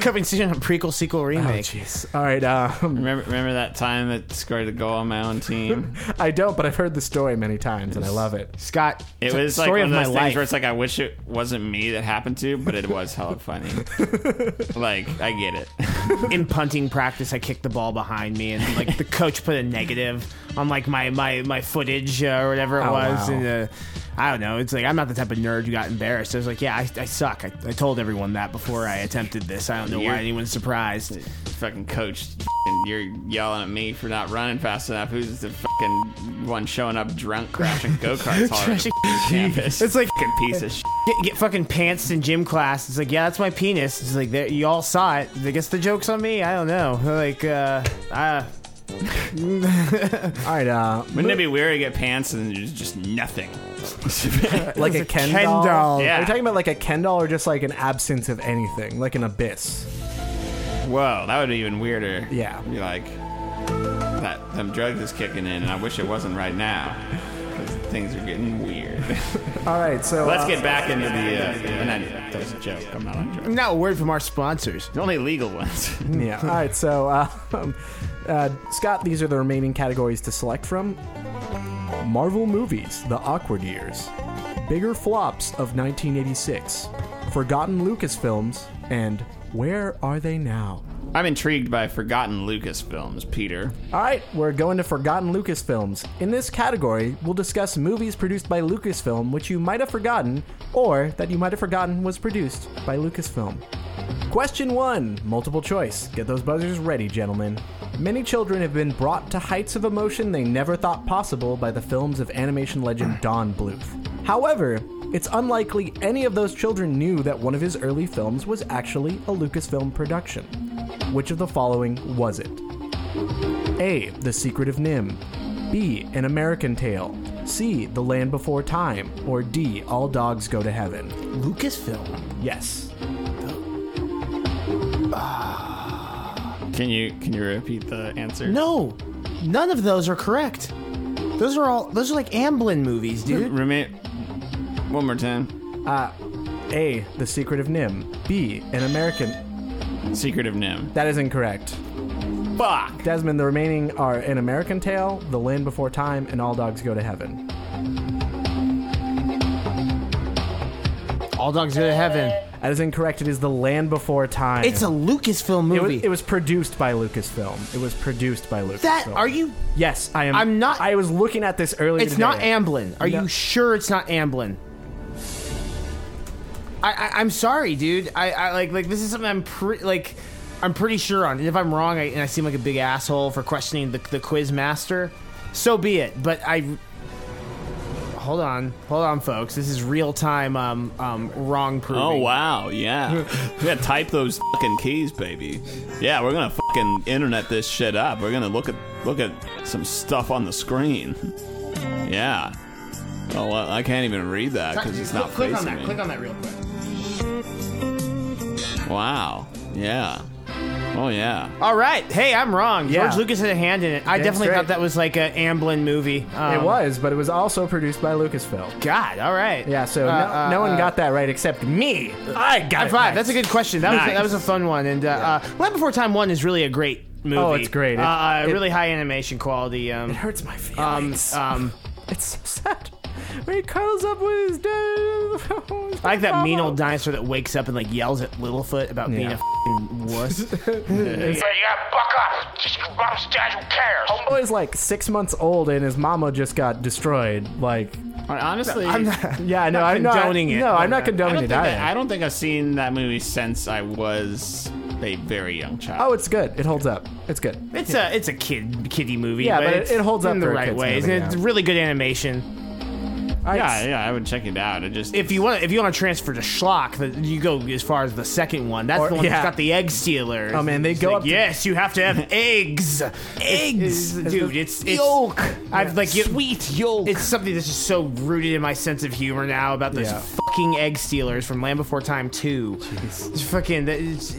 [SPEAKER 4] coming soon on prequel, sequel,
[SPEAKER 3] Oh,
[SPEAKER 4] remake.
[SPEAKER 3] jeez. All right. Um,
[SPEAKER 2] Remember, remember that time that scored a goal on my own team?
[SPEAKER 3] I don't, but I've heard the story many times, and I love it.
[SPEAKER 4] Scott,
[SPEAKER 2] It
[SPEAKER 4] t-
[SPEAKER 2] was like
[SPEAKER 4] story
[SPEAKER 2] one of
[SPEAKER 4] of
[SPEAKER 2] those
[SPEAKER 4] my
[SPEAKER 2] things
[SPEAKER 4] life.
[SPEAKER 2] where it's like I wish it wasn't me that happened to, but it was hella funny. like I get it.
[SPEAKER 4] in punting practice, I kicked the ball behind me, and like the coach put a negative on like my my my footage uh, or whatever it
[SPEAKER 3] Oh,
[SPEAKER 4] was,
[SPEAKER 3] wow.
[SPEAKER 4] and uh, I don't know. It's like I'm not the type of nerd who got embarrassed. I was like, yeah, I, I suck. I, I told everyone that before I attempted this. I don't know
[SPEAKER 2] You're-
[SPEAKER 4] why anyone's surprised.
[SPEAKER 2] fucking coach and you're yelling at me for not running fast enough. Who's the fucking one showing up drunk, crashing go karts all over the
[SPEAKER 4] Crashing-
[SPEAKER 2] fucking campus?
[SPEAKER 4] It's like-
[SPEAKER 2] fucking piece of shit.
[SPEAKER 4] Get, get fucking pants in gym class. It's like, yeah, that's my penis. It's like, there, you all saw it. I guess the joke's on me. I don't know. Like, uh, uh,
[SPEAKER 3] All right, uh,
[SPEAKER 2] Wouldn't it be weird to get pants and there's just nothing?
[SPEAKER 3] like a Ken, doll.
[SPEAKER 2] Yeah.
[SPEAKER 3] Are you talking about like a Ken doll or just like an absence of anything, like an abyss?
[SPEAKER 2] Whoa, that would be even weirder.
[SPEAKER 3] Yeah.
[SPEAKER 2] You're like, that them drugs is kicking in, and I wish it wasn't right now. 'cause Things are getting weird.
[SPEAKER 3] All right, so
[SPEAKER 2] Let's
[SPEAKER 3] uh,
[SPEAKER 2] get back into the. Uh, and I, that was a joke. I'm not on drugs.
[SPEAKER 4] Not a word from our sponsors.
[SPEAKER 2] The only legal ones.
[SPEAKER 3] Yeah. All right. So, uh, um, uh, Scott, these are the remaining categories to select from Marvel movies, The Awkward Years, Bigger Flops of 1986, Forgotten Lucasfilms, and Where Are They Now?
[SPEAKER 2] I'm intrigued by forgotten Lucas films, Peter.
[SPEAKER 3] All right, we're going to Forgotten Lucasfilms. In this category, we'll discuss movies produced by Lucasfilm which you might have forgotten or that you might have forgotten was produced by Lucasfilm. Question one, multiple choice. Get those buzzers ready, gentlemen. Many children have been brought to heights of emotion they never thought possible by the films of animation legend Don Bluth. However, it's unlikely any of those children knew that one of his early films was actually a Lucasfilm production. Which of the following was it? A. The Secret of Nim. B. An American Tale. C. The Land Before Time. Or D. All Dogs Go to Heaven.
[SPEAKER 4] Lucasfilm.
[SPEAKER 3] Yes.
[SPEAKER 2] Can you can you repeat the answer?
[SPEAKER 4] No, none of those are correct. Those are all. Those are like Amblin movies, dude.
[SPEAKER 2] Roommate, one more time.
[SPEAKER 3] A. The Secret of Nim. B. An American.
[SPEAKER 2] Secret of Nim.
[SPEAKER 3] That is incorrect.
[SPEAKER 2] Fuck.
[SPEAKER 3] Desmond, the remaining are An American Tale, The Land Before Time, and All Dogs Go to Heaven.
[SPEAKER 4] All dogs go to heaven.
[SPEAKER 3] That is incorrect. It is The Land Before Time.
[SPEAKER 4] It's a Lucasfilm
[SPEAKER 3] It
[SPEAKER 4] movie.
[SPEAKER 3] was, it was produced by Lucasfilm. It was produced by Lucasfilm.
[SPEAKER 4] that are you?
[SPEAKER 3] Yes, I am.
[SPEAKER 4] I'm not-
[SPEAKER 3] I was looking at this earlier.
[SPEAKER 4] It's not
[SPEAKER 3] today.
[SPEAKER 4] Amblin. Are
[SPEAKER 3] No.
[SPEAKER 4] you sure it's not Amblin? I, I I'm sorry, dude. I, I like like this is something I'm pretty like I'm pretty sure on. And if I'm wrong, I, and I seem like a big asshole for questioning the the quiz master, so be it. But I. Hold on, hold on, folks. This is real time um, um, wrong proving.
[SPEAKER 2] Oh wow, yeah. we gotta type those fucking keys, baby. Yeah, we're gonna fucking internet this shit up. We're gonna look at look at some stuff on the screen. Yeah. Oh, well, I can't even read that because it's not
[SPEAKER 4] click, click on
[SPEAKER 2] facing
[SPEAKER 4] that.
[SPEAKER 2] me.
[SPEAKER 4] Click on that real quick.
[SPEAKER 2] Wow. Yeah. Oh yeah.
[SPEAKER 4] All right. Hey, I'm wrong.
[SPEAKER 3] Yeah.
[SPEAKER 4] George Lucas had a hand in it. I
[SPEAKER 3] Damn
[SPEAKER 4] definitely
[SPEAKER 3] straight.
[SPEAKER 4] thought that was like an Amblin movie. Um,
[SPEAKER 3] It was, but it was also produced by Lucasfilm.
[SPEAKER 4] God. All right.
[SPEAKER 3] Yeah, so
[SPEAKER 4] Uh,
[SPEAKER 3] no,
[SPEAKER 4] uh,
[SPEAKER 3] no one
[SPEAKER 4] uh,
[SPEAKER 3] got that right except me. I got
[SPEAKER 4] High
[SPEAKER 3] it
[SPEAKER 4] five.
[SPEAKER 3] right.
[SPEAKER 4] That's a good question. That was that was a fun one. And uh, uh, Land Before Time One is really a great movie.
[SPEAKER 3] Oh, it's great. It-
[SPEAKER 4] uh, uh,
[SPEAKER 3] it-
[SPEAKER 4] really high animation quality. Um,
[SPEAKER 3] It hurts my
[SPEAKER 4] um,
[SPEAKER 3] feelings.
[SPEAKER 4] um,
[SPEAKER 3] it's so sad. When he curls up with his dad.
[SPEAKER 4] I like that mean old dinosaur that wakes up and like yells at Littlefoot about being
[SPEAKER 3] Yeah.
[SPEAKER 4] a fing wuss.
[SPEAKER 5] Hey, you gotta buck up. Just go upstairs, who cares?
[SPEAKER 3] Boy's like six months old and his mama just got destroyed. Like,
[SPEAKER 2] Honestly,
[SPEAKER 4] I'm not-
[SPEAKER 3] yeah, no, I'm not
[SPEAKER 4] condoning it,
[SPEAKER 3] No,
[SPEAKER 4] but,
[SPEAKER 3] I'm not
[SPEAKER 2] I
[SPEAKER 4] uh,
[SPEAKER 3] condoning
[SPEAKER 2] don't,
[SPEAKER 3] it
[SPEAKER 2] think
[SPEAKER 3] either.
[SPEAKER 2] I, I don't think I've seen that movie since I was a very young child.
[SPEAKER 3] oh, it's good. It holds up. It's good.
[SPEAKER 4] It's a it's a kid kiddie movie.
[SPEAKER 3] Yeah, but it-
[SPEAKER 4] it's
[SPEAKER 3] it holds up
[SPEAKER 4] in the
[SPEAKER 3] for a
[SPEAKER 4] right
[SPEAKER 3] kid's
[SPEAKER 4] ways.
[SPEAKER 3] movie,
[SPEAKER 4] and It's
[SPEAKER 3] yeah.
[SPEAKER 4] really good animation.
[SPEAKER 3] All right,
[SPEAKER 2] yeah, yeah, I would check it out. It just
[SPEAKER 4] If you want if you want to transfer to Schlock, the, you go as far as the second one. That's
[SPEAKER 3] Or-
[SPEAKER 4] the one
[SPEAKER 3] yeah.
[SPEAKER 4] that's got the egg stealer.
[SPEAKER 3] Oh, man, they
[SPEAKER 4] It's
[SPEAKER 3] go
[SPEAKER 4] like,
[SPEAKER 3] up to-
[SPEAKER 4] Yes, you have to have eggs. Eggs, dude. It's, it's yolk. I've like sweet yolk. It's something that's just so rooted in my sense of humor now about those
[SPEAKER 3] Yeah.
[SPEAKER 4] fucking egg stealers from Land Before Time Two. It's fucking. that- It's,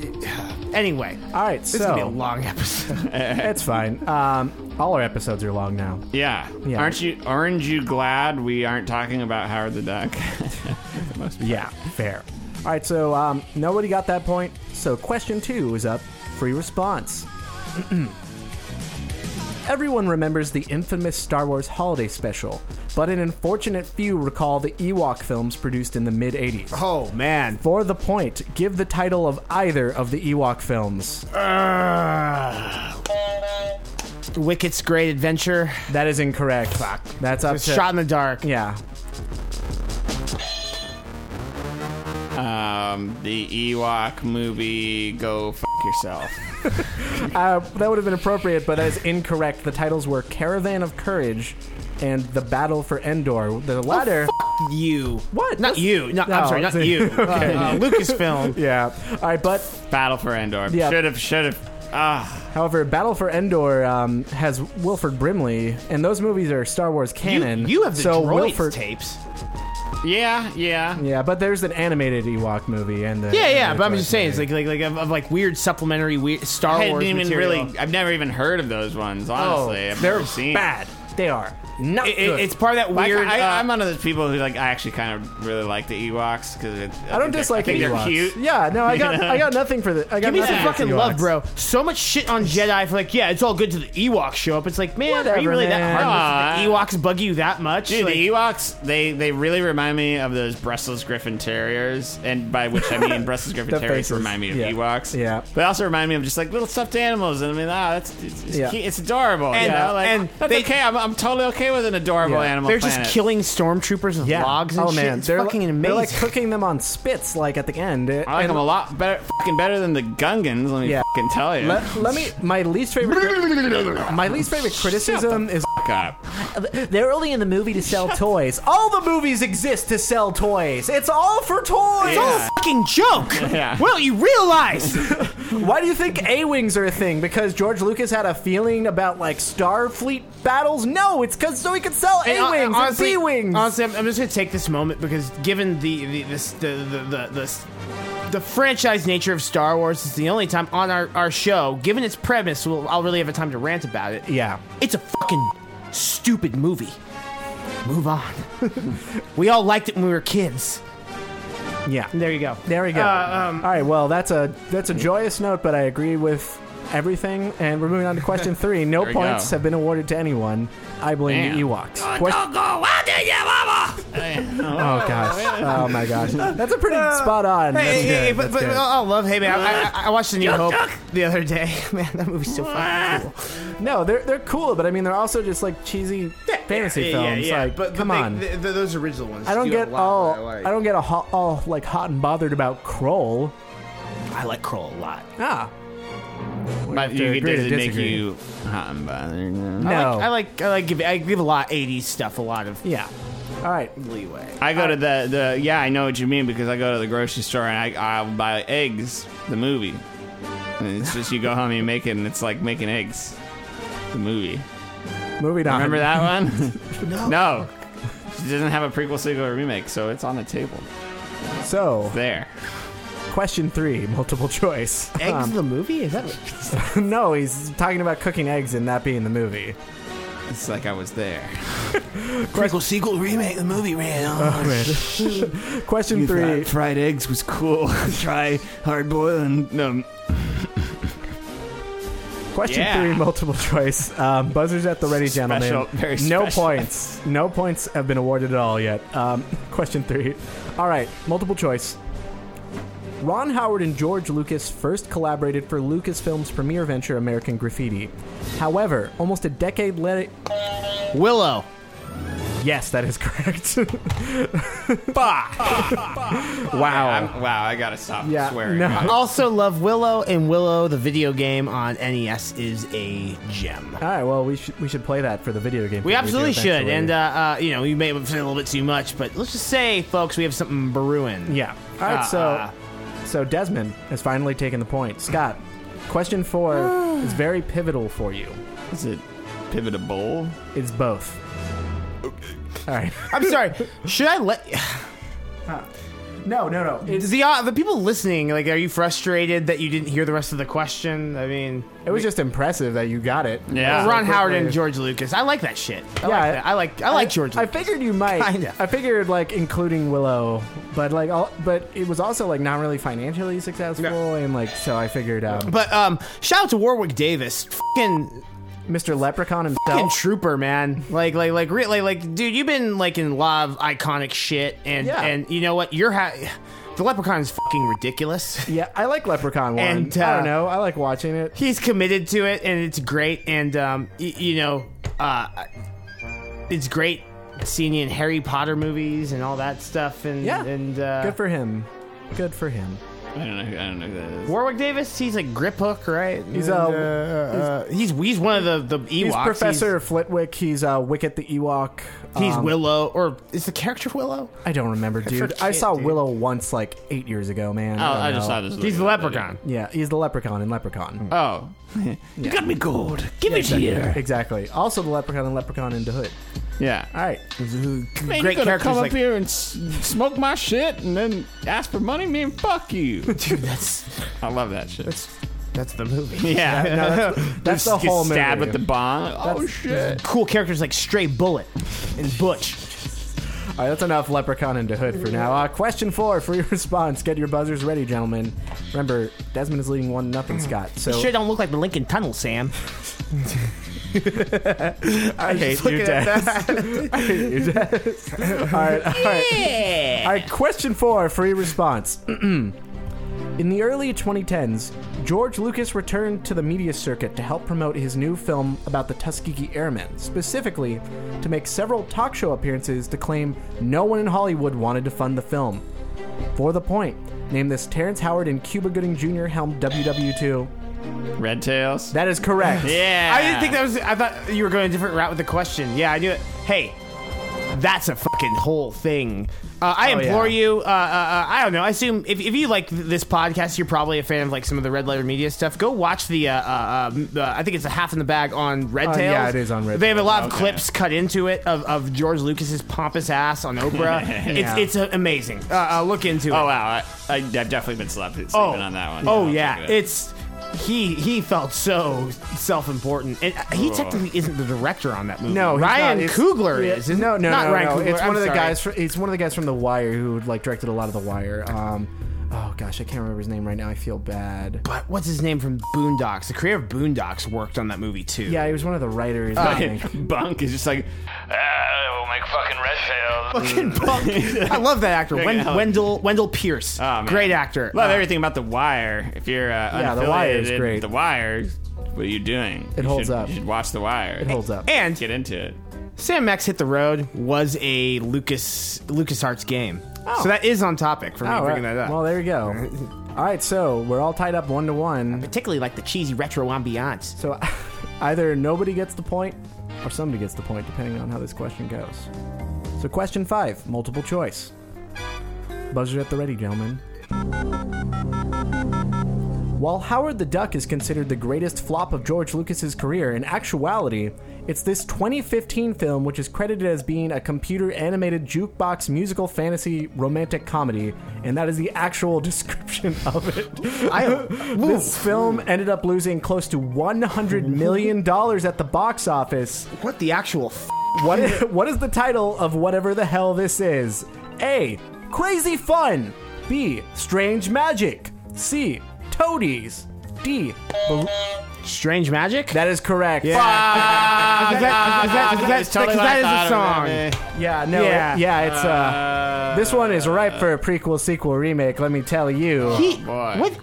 [SPEAKER 4] anyway,
[SPEAKER 3] All right,
[SPEAKER 4] this is gonna be a
[SPEAKER 3] so
[SPEAKER 4] long episode.
[SPEAKER 3] it's fine. Um, all our episodes are long now.
[SPEAKER 2] Yeah.
[SPEAKER 3] Yeah.
[SPEAKER 2] Aren't you aren't you glad we aren't talking about Howard the Duck?
[SPEAKER 3] Yeah, fair. All right, so um, nobody got that point. So question two is up. Free response. Everyone remembers the infamous Star Wars holiday special, but an unfortunate few recall the Ewok films produced in the mid 80s.
[SPEAKER 4] oh man.
[SPEAKER 3] For the point, give the title of either of the Ewok films.
[SPEAKER 4] Wicket's Great Adventure.
[SPEAKER 3] That is incorrect. Fuck. That's up to.
[SPEAKER 4] Shot in the dark.
[SPEAKER 3] yeah.
[SPEAKER 2] Um, the Ewok movie, go fuck yourself.
[SPEAKER 3] Uh, that would have been appropriate, but that is incorrect. The titles were Caravan of Courage and The Battle for Endor. The
[SPEAKER 4] Oh,
[SPEAKER 3] latter.
[SPEAKER 4] You.
[SPEAKER 3] What?
[SPEAKER 4] Not you. No, I'm
[SPEAKER 3] No,
[SPEAKER 4] sorry, not
[SPEAKER 3] it's-
[SPEAKER 4] you. Uh, uh, Lucasfilm.
[SPEAKER 3] yeah. All right, but
[SPEAKER 2] Battle for Endor.
[SPEAKER 3] Yeah.
[SPEAKER 2] Should have, should have. Ah,
[SPEAKER 3] however, Battle for Endor um, has Wilford Brimley, and those movies are Star Wars canon.
[SPEAKER 4] You, you have the
[SPEAKER 3] so
[SPEAKER 4] droids
[SPEAKER 3] Wilford,
[SPEAKER 4] tapes.
[SPEAKER 2] yeah, yeah.
[SPEAKER 3] Yeah, but there's an animated Ewok movie, and the,
[SPEAKER 4] Yeah, yeah,
[SPEAKER 3] and the
[SPEAKER 4] but I'm
[SPEAKER 3] Droid
[SPEAKER 4] just saying, it's
[SPEAKER 3] movie.
[SPEAKER 4] like like like of, of like weird supplementary weird Star
[SPEAKER 2] I
[SPEAKER 4] Wars
[SPEAKER 2] didn't even
[SPEAKER 4] material.
[SPEAKER 2] really. I've never even heard of those ones.
[SPEAKER 4] oh,
[SPEAKER 2] Honestly, I've
[SPEAKER 3] Oh, they're
[SPEAKER 2] never seen.
[SPEAKER 3] bad. They are not
[SPEAKER 4] It-
[SPEAKER 3] good.
[SPEAKER 4] it- it's part of that
[SPEAKER 2] Like,
[SPEAKER 4] weird.
[SPEAKER 2] I,
[SPEAKER 4] uh,
[SPEAKER 2] I'm one of those people who like. I actually kind of really like the Ewoks because
[SPEAKER 3] I don't
[SPEAKER 2] I
[SPEAKER 3] dislike
[SPEAKER 2] think
[SPEAKER 3] the
[SPEAKER 2] they're
[SPEAKER 3] Ewoks.
[SPEAKER 2] cute.
[SPEAKER 3] Yeah, no, I got I got nothing for the. I got
[SPEAKER 4] Give me
[SPEAKER 3] nothing
[SPEAKER 4] some
[SPEAKER 3] against
[SPEAKER 4] fucking
[SPEAKER 3] Ewoks.
[SPEAKER 4] love, bro. So much shit on Jedi for like, yeah, it's all good to the Ewoks show up. It's like, man, are
[SPEAKER 3] Whatever,
[SPEAKER 4] you really
[SPEAKER 3] man.
[SPEAKER 4] that hard?
[SPEAKER 2] Aw.
[SPEAKER 4] the Ewoks bug you that much?
[SPEAKER 2] Dude,
[SPEAKER 4] Like,
[SPEAKER 2] the Ewoks, they, they really remind me of those Brussels Griffin Terriers, and by which I mean Brussels Griffin
[SPEAKER 3] The
[SPEAKER 2] Terriers
[SPEAKER 3] faces.
[SPEAKER 2] remind me of
[SPEAKER 3] Yeah.
[SPEAKER 2] Ewoks.
[SPEAKER 3] Yeah.
[SPEAKER 2] They also remind me of just like little stuffed animals, and I mean, ah, that's it's, it's,
[SPEAKER 3] Yeah.
[SPEAKER 2] cute, it's adorable.
[SPEAKER 4] And-
[SPEAKER 2] you know? like,
[SPEAKER 4] and
[SPEAKER 2] that's
[SPEAKER 4] they-
[SPEAKER 2] okay. I'm, I'm totally okay with an adorable
[SPEAKER 3] Yeah.
[SPEAKER 2] animal.
[SPEAKER 4] they're
[SPEAKER 2] planet.
[SPEAKER 4] just killing stormtroopers with logs and
[SPEAKER 3] oh,
[SPEAKER 4] shit.
[SPEAKER 3] man,
[SPEAKER 4] It's
[SPEAKER 3] they're
[SPEAKER 4] fucking
[SPEAKER 3] like,
[SPEAKER 4] amazing.
[SPEAKER 3] They're like cooking them on spits, like at the end.
[SPEAKER 2] I like them a lot better, fucking better than the Gungans. Let me
[SPEAKER 3] Yeah.
[SPEAKER 2] fucking tell you.
[SPEAKER 3] Let, let me. My least favorite. cri- my least favorite criticism is
[SPEAKER 2] Fuck up.
[SPEAKER 3] they're only in the movie to sell toys. All the movies exist to sell toys. It's all for toys.
[SPEAKER 4] it's all a fucking joke.
[SPEAKER 2] Yeah.
[SPEAKER 4] Well, you realize
[SPEAKER 3] Why do you think A wings are a thing? Because George Lucas had a feeling about like Starfleet battles? No, it's because so he could sell
[SPEAKER 4] And
[SPEAKER 3] A
[SPEAKER 4] hon-
[SPEAKER 3] wings and
[SPEAKER 4] honestly-
[SPEAKER 3] B wings.
[SPEAKER 4] Honestly, I'm, I'm just gonna take this moment because given the the this, the, the, the the the franchise nature of Star Wars, it's the only time on our, our show, given its premise, we'll, I'll really have a time to rant about it.
[SPEAKER 3] Yeah.
[SPEAKER 4] It's a fucking stupid movie. Move on. we all liked it when we were kids.
[SPEAKER 3] Yeah.
[SPEAKER 4] There you go.
[SPEAKER 3] There we go.
[SPEAKER 4] Uh, um,
[SPEAKER 3] All right. Well, that's a that's a joyous note, but I agree with everything. And we're moving on to question three. No
[SPEAKER 2] we
[SPEAKER 3] points
[SPEAKER 2] go.
[SPEAKER 3] have been awarded to anyone. I blame the
[SPEAKER 2] Damn.
[SPEAKER 3] Ewoks. Quest- oh gosh. Oh my gosh. That's a pretty spot on.
[SPEAKER 4] Hey,
[SPEAKER 3] That's
[SPEAKER 4] hey, hey,
[SPEAKER 3] good.
[SPEAKER 4] but,
[SPEAKER 3] That's
[SPEAKER 4] but oh,
[SPEAKER 3] good.
[SPEAKER 4] uh, I love. Hey man, I, I, I watched the New Hope the other day. Man, that movie's so
[SPEAKER 3] Ah.
[SPEAKER 4] fucking cool.
[SPEAKER 3] no, they're they're cool, but I mean they're also just like cheesy fantasy films. Like, come on.
[SPEAKER 4] those original ones.
[SPEAKER 3] I don't get all. I don't get a ho- all like hot and bothered about Kroll.
[SPEAKER 4] I like Kroll a lot.
[SPEAKER 3] Ah,
[SPEAKER 2] But
[SPEAKER 3] to
[SPEAKER 2] you,
[SPEAKER 3] agree
[SPEAKER 2] does
[SPEAKER 3] to
[SPEAKER 2] it make
[SPEAKER 3] disagree.
[SPEAKER 2] you hot and bothered?
[SPEAKER 3] no.
[SPEAKER 4] I like I like give I give a lot '80s stuff a lot of
[SPEAKER 3] yeah. All right.
[SPEAKER 4] leeway.
[SPEAKER 2] I go to the, the yeah, I know what you mean because I go to the grocery store and I I'll buy eggs, the movie. And it's just you go home and you make it and it's like making eggs. The movie.
[SPEAKER 3] Moving on.
[SPEAKER 2] Remember that one? no. No. It doesn't have a prequel, sequel, or remake, so it's on the table.
[SPEAKER 3] So,
[SPEAKER 2] There.
[SPEAKER 3] question three, multiple choice.
[SPEAKER 4] Eggs in the movie is that?
[SPEAKER 3] no, he's talking about cooking eggs and that being the movie.
[SPEAKER 2] It's like I was there.
[SPEAKER 4] Prequel, sequel, remake the movie, man.
[SPEAKER 3] Question three.
[SPEAKER 2] fried eggs was cool. Try hard boiling. No.
[SPEAKER 3] Question
[SPEAKER 2] Yeah.
[SPEAKER 3] three, multiple choice. Um, buzzers at the ready, gentlemen.
[SPEAKER 2] Special- very
[SPEAKER 3] no
[SPEAKER 2] special.
[SPEAKER 3] points. No points have been awarded at all yet. Um, question three. All right, multiple choice. Ron Howard and George Lucas first collaborated for Lucasfilm's premiere venture, American Graffiti. However, almost a decade later.
[SPEAKER 4] Willow.
[SPEAKER 3] Yes, that is correct.
[SPEAKER 2] Bah!
[SPEAKER 3] wow.
[SPEAKER 2] I'm, wow, I gotta stop
[SPEAKER 3] Yeah,
[SPEAKER 2] swearing.
[SPEAKER 3] no.
[SPEAKER 2] man.
[SPEAKER 4] Also love Willow and Willow the video game on NES is a gem.
[SPEAKER 3] All right. Well, we should we should play that for the video game.
[SPEAKER 4] We
[SPEAKER 3] that
[SPEAKER 4] absolutely
[SPEAKER 3] do
[SPEAKER 4] should,
[SPEAKER 3] eventually.
[SPEAKER 4] and uh, uh, you know, you may have said a little bit too much, but let's just say, folks, we have something brewing.
[SPEAKER 3] Yeah. All right. so, so Desmond has finally taken the point. Scott, question four is very pivotal for you.
[SPEAKER 2] Is it pivotable?
[SPEAKER 3] It's both. All right.
[SPEAKER 4] I'm sorry. Should I let?
[SPEAKER 3] No, no, no. It,
[SPEAKER 4] Does the uh, the people listening like? Are you frustrated that you didn't hear the rest of the question? I mean,
[SPEAKER 3] it was just impressive that you got it.
[SPEAKER 2] Yeah.
[SPEAKER 4] Ron Howard and
[SPEAKER 3] quickly.
[SPEAKER 4] George Lucas. I like that shit. I
[SPEAKER 3] Yeah,
[SPEAKER 4] like that. I like I like George.
[SPEAKER 3] I
[SPEAKER 4] Lucas.
[SPEAKER 3] figured you might.
[SPEAKER 4] Kinda.
[SPEAKER 3] I figured like including Willow, but like all, but it was also like not really financially successful,
[SPEAKER 4] No.
[SPEAKER 3] and like so I figured um,
[SPEAKER 4] But um, shout out to Warwick Davis, fucking
[SPEAKER 3] Mr. Leprechaun
[SPEAKER 4] fucking
[SPEAKER 3] himself.
[SPEAKER 4] trooper, man. Like like like really like dude, you've been like in a lot of iconic shit, and
[SPEAKER 3] Yeah.
[SPEAKER 4] and you know what? You're ha- the Leprechaun is fucking ridiculous.
[SPEAKER 3] Yeah, I like Leprechaun one.
[SPEAKER 4] And,
[SPEAKER 3] I
[SPEAKER 4] uh,
[SPEAKER 3] don't know. I like watching it.
[SPEAKER 4] He's committed to it, and it's great. And um, y- you know, uh, it's great seeing you in Harry Potter movies and all that stuff. And
[SPEAKER 3] Yeah.
[SPEAKER 4] and uh,
[SPEAKER 3] Good for him. Good for him.
[SPEAKER 2] I don't know. I don't know who that is.
[SPEAKER 4] Warwick Davis, he's a grip hook, right?
[SPEAKER 3] He's
[SPEAKER 4] And,
[SPEAKER 3] a-
[SPEAKER 4] uh, he's, he's one of the the Ewoks.
[SPEAKER 3] He's Professor Flitwick. He's uh, Wicket the Ewok.
[SPEAKER 4] He's, he's
[SPEAKER 3] Um,
[SPEAKER 4] Willow, or is the character Willow?
[SPEAKER 3] I don't remember, dude. I
[SPEAKER 4] forget,
[SPEAKER 3] saw
[SPEAKER 4] dude.
[SPEAKER 3] Willow once, like eight years ago, man.
[SPEAKER 2] Oh,
[SPEAKER 3] don't
[SPEAKER 2] I just
[SPEAKER 3] know.
[SPEAKER 2] saw this.
[SPEAKER 4] He's the
[SPEAKER 2] looking at that
[SPEAKER 4] leprechaun.
[SPEAKER 3] Yeah, he's the leprechaun in Leprechaun.
[SPEAKER 4] Hmm.
[SPEAKER 3] Uh,
[SPEAKER 2] video. Oh, you got me gold. Give it
[SPEAKER 3] exactly.
[SPEAKER 2] here.
[SPEAKER 3] Exactly. Also, the leprechaun and leprechaun in the hood.
[SPEAKER 2] Yeah.
[SPEAKER 3] All right.
[SPEAKER 2] Man,
[SPEAKER 4] Great
[SPEAKER 2] you gonna
[SPEAKER 4] characters
[SPEAKER 2] come up
[SPEAKER 4] like-
[SPEAKER 2] here and s- smoke my shit and then ask for money? Man, fuck you.
[SPEAKER 4] Dude, that's
[SPEAKER 2] I love that shit.
[SPEAKER 4] that's the movie.
[SPEAKER 2] yeah.
[SPEAKER 3] That's the
[SPEAKER 2] Get
[SPEAKER 3] whole
[SPEAKER 2] stabbed
[SPEAKER 3] movie.
[SPEAKER 2] with the bomb. oh shit.
[SPEAKER 4] cool characters like Stray Bullet and Butch.
[SPEAKER 3] All right, that's enough leprechaun and the hood for now. Uh, question four for your response. Get your buzzers ready, gentlemen. Remember, Desmond is leading one nothing. Scott. So
[SPEAKER 4] Sure don't look like the Lincoln Tunnel, Sam.
[SPEAKER 3] I hate you, Des. I hate you, Des. All right, all right. All right, question four for your response. In the early 2010s, George Lucas returned to the media circuit to help promote his new film about the Tuskegee Airmen, specifically to make several talk show appearances to claim no one in Hollywood wanted to fund the film. For the point, name this Terrence Howard and Cuba Gooding Jr. helmed WW2.
[SPEAKER 2] Red tails.
[SPEAKER 3] That is correct.
[SPEAKER 2] yeah.
[SPEAKER 4] I didn't think that was. I thought you were going a different route with the question. Yeah, I knew it. Hey, that's a fucking whole thing. Uh, I
[SPEAKER 3] Oh,
[SPEAKER 4] implore
[SPEAKER 3] yeah.
[SPEAKER 4] you. Uh, uh, uh, I don't know. I assume if, if you like th- this podcast, you're probably a fan of like some of the Red Letter Media stuff. Go watch the. Uh, uh, um, uh, I think it's a half in the bag on Red
[SPEAKER 3] Uh,
[SPEAKER 4] Tails.
[SPEAKER 3] yeah, it is on Red
[SPEAKER 4] They have a lot of
[SPEAKER 2] Tails. Okay.
[SPEAKER 4] clips cut into it of, of George Lucas's pompous ass on Oprah.
[SPEAKER 3] Yeah.
[SPEAKER 4] It's it's uh, amazing. Uh, uh, look into it.
[SPEAKER 2] Oh wow. I, I, I've definitely been slept sleeping on that one.
[SPEAKER 4] Oh
[SPEAKER 2] I'll
[SPEAKER 4] yeah,
[SPEAKER 2] take it.
[SPEAKER 4] it's he he felt so self-important, and uh, he technically isn't the director on that movie.
[SPEAKER 3] No, he's
[SPEAKER 4] Ryan
[SPEAKER 3] not. It's-
[SPEAKER 4] Coogler
[SPEAKER 3] yeah,
[SPEAKER 4] is. Isn't
[SPEAKER 3] no,
[SPEAKER 4] it?
[SPEAKER 3] no,
[SPEAKER 4] not
[SPEAKER 3] no,
[SPEAKER 4] Ryan
[SPEAKER 3] no.
[SPEAKER 4] Coogler.
[SPEAKER 3] It's
[SPEAKER 4] I'm
[SPEAKER 3] one of the
[SPEAKER 4] sorry.
[SPEAKER 3] guys. From, it's one of the guys from The Wire who like directed a lot of The Wire. Um, oh gosh, I can't remember his name right now. I feel bad.
[SPEAKER 4] But what's his name from Boondocks? The creator of Boondocks worked on that movie too.
[SPEAKER 3] Yeah, he was one of the writers.
[SPEAKER 4] Uh,
[SPEAKER 3] I think.
[SPEAKER 2] Bunk is just like
[SPEAKER 5] Ah, we'll make fucking red tails.
[SPEAKER 4] Fucking punk. I love that actor. Wen-
[SPEAKER 2] Yeah.
[SPEAKER 4] Wendell Wendell Pierce,
[SPEAKER 2] Oh, man.
[SPEAKER 4] great actor.
[SPEAKER 2] love
[SPEAKER 4] Uh,
[SPEAKER 2] everything about the Wire. If you're uh,
[SPEAKER 3] Yeah, The Wire is
[SPEAKER 2] unaffiliated,
[SPEAKER 3] great.
[SPEAKER 2] The Wire. What are you doing? It
[SPEAKER 3] holds up.
[SPEAKER 2] You should watch the Wire.
[SPEAKER 3] It holds up.
[SPEAKER 4] and
[SPEAKER 2] Get into it.
[SPEAKER 4] Sam Max Hit the Road was a Lucas LucasArts game,
[SPEAKER 2] Oh.
[SPEAKER 4] so that is on topic for me
[SPEAKER 3] Oh,
[SPEAKER 4] bringing
[SPEAKER 3] right.
[SPEAKER 4] that up.
[SPEAKER 3] Well, there you go. All right, so we're all tied up one to one.
[SPEAKER 4] particularly like the cheesy retro ambiance.
[SPEAKER 3] So either nobody gets the point or somebody gets the point, depending on how this question goes. So, question five, multiple choice. Buzzer at the ready, gentlemen. While Howard the Duck is considered the greatest flop of George Lucas's career, in actuality, it's this 2015 film which is credited as being a computer animated jukebox musical fantasy romantic comedy, and that is the actual description of it. this film ended up losing close to 100 million dollars at the box office.
[SPEAKER 4] What the actual? F-
[SPEAKER 3] What is, what is the title of whatever the hell this is? A. Crazy Fun. B. Strange Magic. C. Toadies. D. Bel-
[SPEAKER 4] Strange Magic.
[SPEAKER 3] that is correct. Ah,
[SPEAKER 4] Is that- is that- is that-
[SPEAKER 2] It's totally what
[SPEAKER 4] because
[SPEAKER 2] I
[SPEAKER 4] that is a
[SPEAKER 2] thought it was
[SPEAKER 4] song.
[SPEAKER 2] gonna
[SPEAKER 3] Yeah, no, yeah,
[SPEAKER 4] Yeah.
[SPEAKER 3] it, yeah it's uh, this one is ripe for a prequel, sequel, remake. Let me tell you,
[SPEAKER 4] He-
[SPEAKER 2] boy.
[SPEAKER 4] What?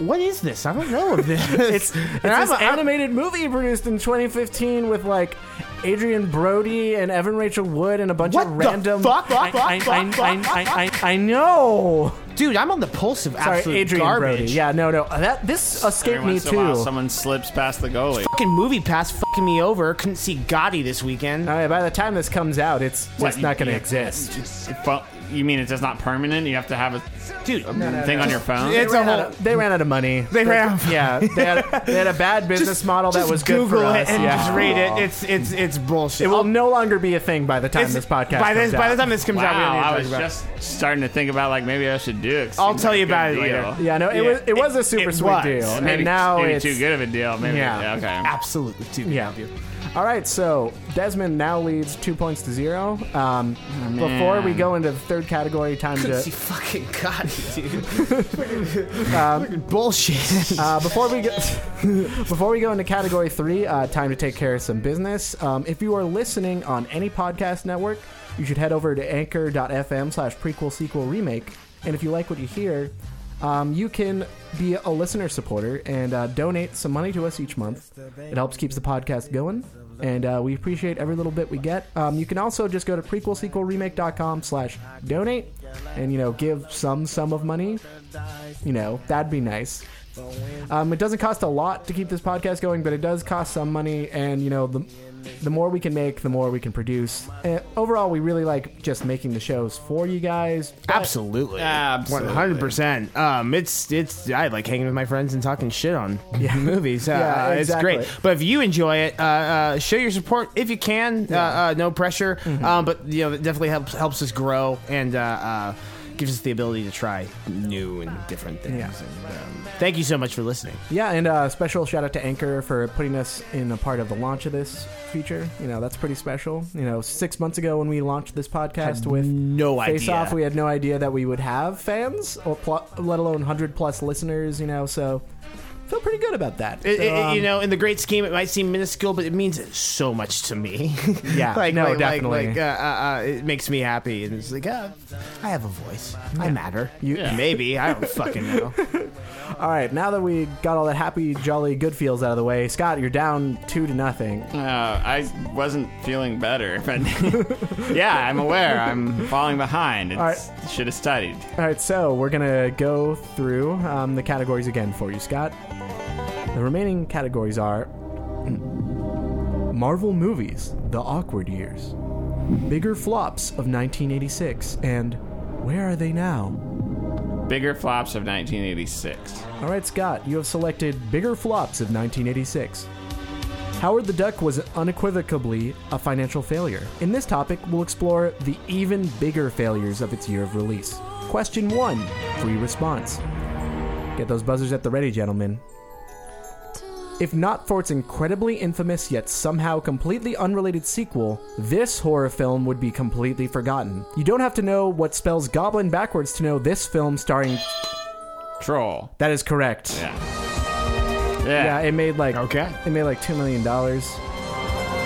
[SPEAKER 4] What is this? I don't know of this. it's
[SPEAKER 3] it's this animated movie produced in 2015 with like Adrian Brody and Evan Rachel Wood and a bunch
[SPEAKER 4] What
[SPEAKER 3] of
[SPEAKER 4] the
[SPEAKER 3] random.
[SPEAKER 4] fuck, fuck,
[SPEAKER 3] I, I,
[SPEAKER 4] fuck,
[SPEAKER 3] I,
[SPEAKER 4] fuck,
[SPEAKER 3] I, I, I, I know.
[SPEAKER 4] dude. I'm on the pulse of
[SPEAKER 3] Sorry,
[SPEAKER 4] absolute
[SPEAKER 3] Adrian
[SPEAKER 4] garbage.
[SPEAKER 3] Brody. Yeah, no, no. That this
[SPEAKER 2] be.
[SPEAKER 3] escaped
[SPEAKER 2] Every
[SPEAKER 3] me
[SPEAKER 2] once in a while,
[SPEAKER 3] too.
[SPEAKER 2] someone slips past the goalie.
[SPEAKER 4] Fucking movie pass fucking me over. Couldn't see Gotti this weekend.
[SPEAKER 3] All right, by the time this comes out, it's just
[SPEAKER 2] What, you
[SPEAKER 3] not going to
[SPEAKER 2] can't-
[SPEAKER 3] exist.
[SPEAKER 2] It's- well, you mean it's just not permanent? You have to have a
[SPEAKER 4] Dude,
[SPEAKER 2] thing on your phone.
[SPEAKER 4] It's
[SPEAKER 3] They
[SPEAKER 4] a
[SPEAKER 3] ran out
[SPEAKER 4] whole-
[SPEAKER 3] of- they ran out of money. They
[SPEAKER 4] ran out of-
[SPEAKER 3] Yeah, they had, they had a bad business model that
[SPEAKER 4] just
[SPEAKER 3] was good
[SPEAKER 4] Google
[SPEAKER 3] for
[SPEAKER 4] it
[SPEAKER 3] us.
[SPEAKER 4] and
[SPEAKER 3] yeah.
[SPEAKER 4] just read it. It's it's it's bullshit.
[SPEAKER 3] It will
[SPEAKER 4] I'll-
[SPEAKER 3] no longer be a thing by the time
[SPEAKER 4] it's-
[SPEAKER 3] this podcast.
[SPEAKER 4] by this
[SPEAKER 3] comes
[SPEAKER 4] by
[SPEAKER 3] out.
[SPEAKER 4] the time this comes out, we don't
[SPEAKER 2] wow,
[SPEAKER 4] need to
[SPEAKER 2] I
[SPEAKER 4] talk
[SPEAKER 2] was
[SPEAKER 4] about it.
[SPEAKER 2] just starting to think about like maybe I should do it. 'cause
[SPEAKER 4] I'll
[SPEAKER 2] seems
[SPEAKER 4] tell
[SPEAKER 2] like
[SPEAKER 4] you
[SPEAKER 2] a
[SPEAKER 4] about
[SPEAKER 2] good
[SPEAKER 4] it later.
[SPEAKER 2] deal.
[SPEAKER 3] Yeah, no, it was it was a super
[SPEAKER 4] it
[SPEAKER 3] sweet
[SPEAKER 4] was.
[SPEAKER 3] deal,
[SPEAKER 4] And
[SPEAKER 2] Maybe,
[SPEAKER 3] and now
[SPEAKER 2] maybe
[SPEAKER 3] it's
[SPEAKER 2] too good of a deal. Maybe
[SPEAKER 3] Yeah.
[SPEAKER 2] okay.
[SPEAKER 4] absolutely too. good.
[SPEAKER 3] Yeah. All right, so Desmond now leads two points to zero. Um,
[SPEAKER 4] Oh,
[SPEAKER 3] before we go into the third category, time to
[SPEAKER 4] See fucking Gotti, dude. Fucking bullshit.
[SPEAKER 3] Uh, before we get before we go into category three, uh, time to take care of some business. Um, if you are listening on any podcast network, you should head over to anchor.fm slash prequel sequel remake. And if you like what you hear, um, you can be a listener supporter and uh, donate some money to us each month. It helps keeps the podcast going, and uh, we appreciate every little bit we get. Um, you can also just go to prequelsequelremake.com slash donate and you know give some sum of money, you know that'd be nice. Um, it doesn't cost a lot to keep this podcast going, but it does cost some money, and you know the the more we can make, the more we can produce. And overall, we really like just making the shows for you guys.
[SPEAKER 4] Absolutely.
[SPEAKER 2] Absolutely.
[SPEAKER 4] 100%. Um, it's, it's, I like hanging with my friends and talking shit on movies. Uh,
[SPEAKER 3] Yeah,
[SPEAKER 4] uh,
[SPEAKER 3] exactly.
[SPEAKER 4] It's great. But if you enjoy it, uh, uh, show your support if you can. Uh, uh, no pressure.
[SPEAKER 3] Mm-hmm.
[SPEAKER 4] Um, but, you know, it definitely helps, helps us grow and, uh, uh, Gives us the ability to try new and different things.
[SPEAKER 3] Yeah.
[SPEAKER 4] And, um, thank you so much for listening.
[SPEAKER 3] Yeah, and uh, special shout out to Anchor for putting us in a part of the launch of this feature. You know, that's pretty special. You know, six months ago when we launched this podcast with
[SPEAKER 4] no
[SPEAKER 3] Face
[SPEAKER 4] idea.
[SPEAKER 3] Off, we had no idea that we would have fans, or pl- let alone 100 plus listeners, you know, so feel pretty good about that.
[SPEAKER 4] It,
[SPEAKER 3] So,
[SPEAKER 4] it- it-
[SPEAKER 3] um,
[SPEAKER 4] you know, in the great scheme, it might seem minuscule, but it means so much to me.
[SPEAKER 3] Yeah, no,
[SPEAKER 4] like,
[SPEAKER 3] definitely.
[SPEAKER 4] Like, uh, uh, uh, it makes me happy, and it's like, uh, I have a voice. I matter.
[SPEAKER 3] You-
[SPEAKER 4] Yeah. Maybe I don't fucking know.
[SPEAKER 3] all right, now that we got all that happy, jolly, good feels out of the way, Scott, you're down two to nothing.
[SPEAKER 2] Uh, I wasn't feeling better, but yeah, I'm aware. I'm falling behind. It's,
[SPEAKER 3] right.
[SPEAKER 2] Should have studied.
[SPEAKER 3] All right, so we're gonna go through um, the categories again for you, Scott. The remaining categories are Marvel movies, the awkward years, bigger flops of 1986, and where are they now?
[SPEAKER 2] Bigger flops of 1986.
[SPEAKER 3] All right, Scott, you have selected bigger flops of 1986. Howard the Duck was unequivocally a financial failure. In this topic, we'll explore the even bigger failures of its year of release. Question one, free response. Get those buzzers at the ready, gentlemen. If not for its incredibly infamous yet somehow completely unrelated sequel, this horror film would be completely forgotten. You don't have to know what spells goblin backwards to know this film starring.
[SPEAKER 2] Troll.
[SPEAKER 3] That is correct.
[SPEAKER 2] Yeah.
[SPEAKER 3] Yeah,
[SPEAKER 2] Yeah.
[SPEAKER 3] it made like
[SPEAKER 4] Okay.
[SPEAKER 3] It made like two million dollars.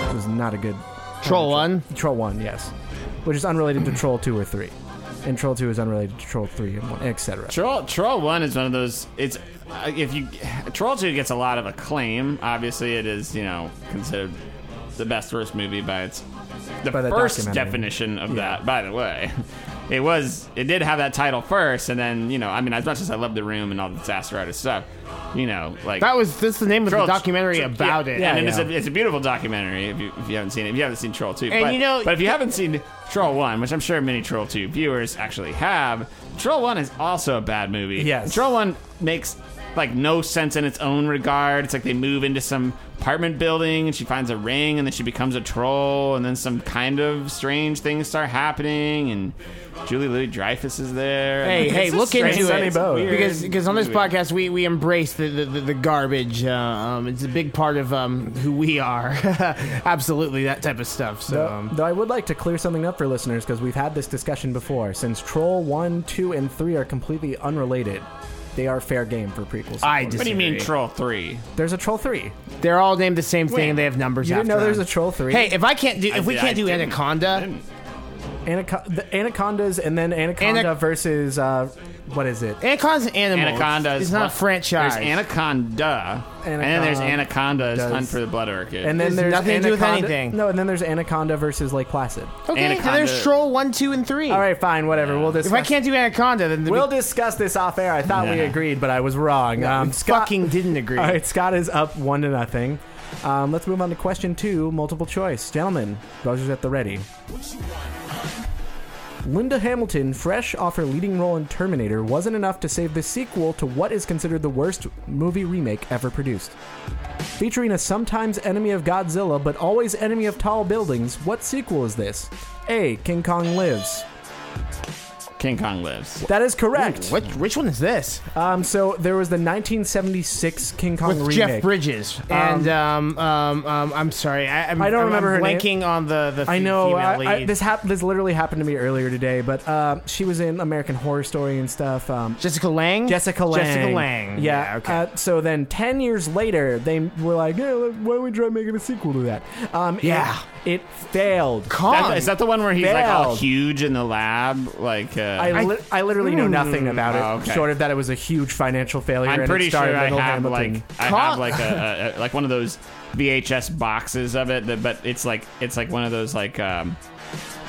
[SPEAKER 3] It was not a good
[SPEAKER 4] Troll one.
[SPEAKER 3] Troll One, yes, which is unrelated to Troll Two or Three, and Troll Two is unrelated to Troll Three and one, etc.
[SPEAKER 2] Troll. Troll one is one of those. It's uh, if you Troll two gets a lot of acclaim. Obviously, it is you know considered the best worst movie by its the
[SPEAKER 3] By the
[SPEAKER 2] first
[SPEAKER 3] documentary.
[SPEAKER 2] definition of that. By the way, it was it did have that title first, and then you know I mean as much as I love the room and all the disaster artist stuff, you know like
[SPEAKER 4] That was that's the name of
[SPEAKER 2] Troll-
[SPEAKER 4] the documentary
[SPEAKER 2] Tro-
[SPEAKER 4] about
[SPEAKER 2] yeah,
[SPEAKER 4] it.
[SPEAKER 2] Yeah,
[SPEAKER 4] and
[SPEAKER 2] and
[SPEAKER 4] it
[SPEAKER 2] It's,
[SPEAKER 4] was
[SPEAKER 2] a, it's a beautiful documentary if you, if you haven't seen it. If you haven't seen Troll 2.
[SPEAKER 4] And
[SPEAKER 2] but,
[SPEAKER 4] you know-
[SPEAKER 2] but if you haven't seen Troll 1, which I'm sure many Troll 2 viewers actually have, Troll 1 is also a bad movie.
[SPEAKER 3] Yes.
[SPEAKER 2] Troll 1 makes like no sense in its own regard. It's like they move into some apartment building and she finds a ring and then she becomes a troll and then some kind of strange things start happening and Julie Louis Dreyfus is there.
[SPEAKER 4] Hey,
[SPEAKER 2] It's
[SPEAKER 4] hey,
[SPEAKER 2] just
[SPEAKER 4] look
[SPEAKER 2] strange.
[SPEAKER 4] into
[SPEAKER 2] It's
[SPEAKER 4] it
[SPEAKER 3] Bow.
[SPEAKER 2] weird
[SPEAKER 4] because because on this
[SPEAKER 2] movie.
[SPEAKER 4] podcast we we embrace the the, the, the garbage. Uh, um, it's a big part of um, who we are. Absolutely, that type of stuff. So.
[SPEAKER 3] Though,
[SPEAKER 4] Um,
[SPEAKER 3] though I would like to clear something up for listeners because we've had this discussion before. Since Troll One, Two, and Three are completely unrelated, they are fair game for prequels.
[SPEAKER 4] I
[SPEAKER 2] What do you mean Troll 3?
[SPEAKER 3] there's a Troll Three.
[SPEAKER 4] They're all named the same thing.
[SPEAKER 2] Wait.
[SPEAKER 4] and They have numbers.
[SPEAKER 3] You didn't
[SPEAKER 4] after
[SPEAKER 3] know there's
[SPEAKER 4] them.
[SPEAKER 3] a Troll Three.
[SPEAKER 4] Hey, if I can't do, if we
[SPEAKER 2] I-
[SPEAKER 4] can't
[SPEAKER 2] I
[SPEAKER 4] do
[SPEAKER 2] didn't- I
[SPEAKER 4] Anaconda,
[SPEAKER 2] didn't.
[SPEAKER 3] Anaco- the Anacondas, and then Anaconda
[SPEAKER 4] Anac-
[SPEAKER 3] versus uh, what is it?
[SPEAKER 4] Anaconda's an animal.
[SPEAKER 2] Anaconda
[SPEAKER 4] It's
[SPEAKER 2] is
[SPEAKER 4] not
[SPEAKER 2] one-
[SPEAKER 4] a franchise.
[SPEAKER 2] There's Anaconda, and then there's Anaconda's
[SPEAKER 3] Does-
[SPEAKER 2] Hunt for the Blood Orchid.
[SPEAKER 3] And then there's
[SPEAKER 4] There's nothing to do with
[SPEAKER 3] Anaconda-
[SPEAKER 4] anything.
[SPEAKER 3] No, and then there's Anaconda versus Lake Placid.
[SPEAKER 4] okay, then
[SPEAKER 2] Anaconda-
[SPEAKER 4] there's Troll one, two, and three.
[SPEAKER 3] All right, fine, whatever. We'll discuss.
[SPEAKER 4] If I can't do Anaconda, then the
[SPEAKER 3] we'll discuss this off air. I thought we
[SPEAKER 2] Yeah.
[SPEAKER 3] agreed, but I was wrong. um, Scott,
[SPEAKER 4] fucking didn't agree.
[SPEAKER 3] All right, Scott is up one to nothing. Um, let's move on to question two, multiple choice. Gentlemen, Buzzer's at the ready. Linda Hamilton, fresh off her leading role in Terminator, wasn't enough to save the sequel to what is considered the worst movie remake ever produced. Featuring a sometimes enemy of Godzilla but always enemy of tall buildings, what sequel is this? A. King Kong Lives.
[SPEAKER 2] King Kong lives.
[SPEAKER 3] That is correct.
[SPEAKER 4] What? Which one is this?
[SPEAKER 3] Um, so there was the 1976 King Kong
[SPEAKER 4] With
[SPEAKER 3] remake.
[SPEAKER 4] Jeff Bridges and um, um, um, I'm sorry, I, I'm,
[SPEAKER 3] I don't
[SPEAKER 4] I'm-
[SPEAKER 3] remember
[SPEAKER 4] I'm
[SPEAKER 3] her name.
[SPEAKER 4] blanking on the the
[SPEAKER 3] I know.
[SPEAKER 4] female
[SPEAKER 3] I,
[SPEAKER 4] lead.
[SPEAKER 3] I, this hap- This literally happened to me earlier today, but uh, she was in American Horror Story and stuff. Um,
[SPEAKER 4] Jessica Lang.
[SPEAKER 3] Jessica Lang.
[SPEAKER 4] Jessica Lang.
[SPEAKER 3] Yeah.
[SPEAKER 4] okay.
[SPEAKER 3] Uh, so then, ten years later, they were like, "Yeah, why don't we try making a sequel to that?" Um, it-
[SPEAKER 4] Yeah.
[SPEAKER 3] It, failed.
[SPEAKER 4] Kong.
[SPEAKER 2] That- is that the one where he's like all
[SPEAKER 3] Failed.
[SPEAKER 2] huge in the lab? Like, uh,
[SPEAKER 3] I, li- I literally know nothing about it,
[SPEAKER 2] Oh, okay.
[SPEAKER 3] short of that it was a huge financial failure.
[SPEAKER 2] I, am
[SPEAKER 3] and
[SPEAKER 2] pretty
[SPEAKER 3] it
[SPEAKER 2] sure
[SPEAKER 3] starred
[SPEAKER 2] I
[SPEAKER 3] Linda
[SPEAKER 2] have
[SPEAKER 3] Hamilton.
[SPEAKER 2] like I
[SPEAKER 4] Kong-
[SPEAKER 2] have like a, a, a- like one of those VHS boxes of it, that, but it's like it's like one of those like um,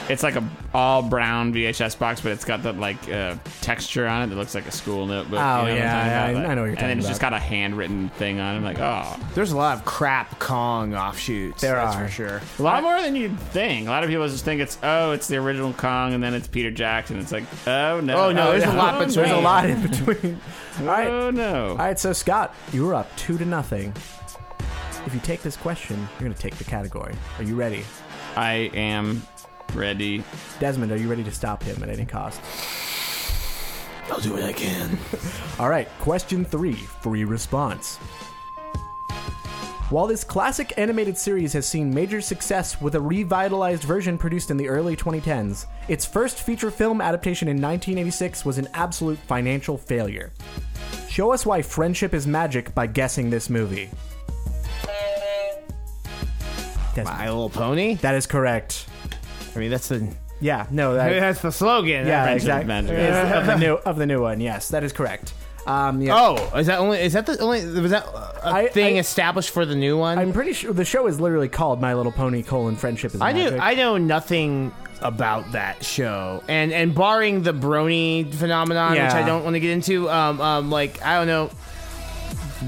[SPEAKER 2] it's like a all brown VHS box, but it's got the like uh, texture on it that looks like a school notebook. you
[SPEAKER 3] Oh,
[SPEAKER 2] know what I'm
[SPEAKER 3] yeah,
[SPEAKER 2] talking
[SPEAKER 3] yeah,
[SPEAKER 2] about?
[SPEAKER 3] I- I know what you're
[SPEAKER 2] And then
[SPEAKER 3] talking
[SPEAKER 2] it's just
[SPEAKER 3] about.
[SPEAKER 2] got a handwritten thing on. it. I'm like, oh,
[SPEAKER 4] There's a lot of crap Kong offshoots.
[SPEAKER 3] There
[SPEAKER 4] that's
[SPEAKER 3] are.
[SPEAKER 4] for sure.
[SPEAKER 2] a lot more than you'd think. A lot of people just think it's oh, it's the original Kong, and then it's Peter Jackson. It's like, oh no,
[SPEAKER 4] Oh, no, there's a lot between.
[SPEAKER 3] There's a
[SPEAKER 2] no.
[SPEAKER 3] lot in between. All right.
[SPEAKER 2] Oh no.
[SPEAKER 3] All right, so Scott, you were up two to nothing. If you take this question, you're going to take the category. Are you ready?
[SPEAKER 2] I am ready.
[SPEAKER 3] Desmond, are you ready to stop him at any cost?
[SPEAKER 4] I'll do what I can.
[SPEAKER 3] All right, question three free response. While this classic animated series has seen major success with a revitalized version produced in the early 2010s, its first feature film adaptation in 1986 was an absolute financial failure. Show us why friendship is magic by guessing this movie. Desmond,
[SPEAKER 4] My Little Pony.
[SPEAKER 3] that is correct.
[SPEAKER 4] I mean, that's the
[SPEAKER 3] Yeah, no, that,
[SPEAKER 4] that's the slogan.
[SPEAKER 3] yeah,
[SPEAKER 2] Friendship
[SPEAKER 3] exactly.
[SPEAKER 2] is magic.
[SPEAKER 3] It's of the new of the new one. Yes, that is correct. Um, yeah.
[SPEAKER 4] Oh, is that only? Is that the only? Was that a
[SPEAKER 3] I-
[SPEAKER 4] thing
[SPEAKER 3] I-
[SPEAKER 4] established for the new one?
[SPEAKER 3] I'm pretty sure the show is literally called My Little Pony: colon, Friendship is
[SPEAKER 4] I
[SPEAKER 3] Magic.
[SPEAKER 4] do. I know nothing about that show, and and barring the Brony phenomenon, which I
[SPEAKER 3] Yeah.
[SPEAKER 4] don't want to get into. Um, um, like I don't know.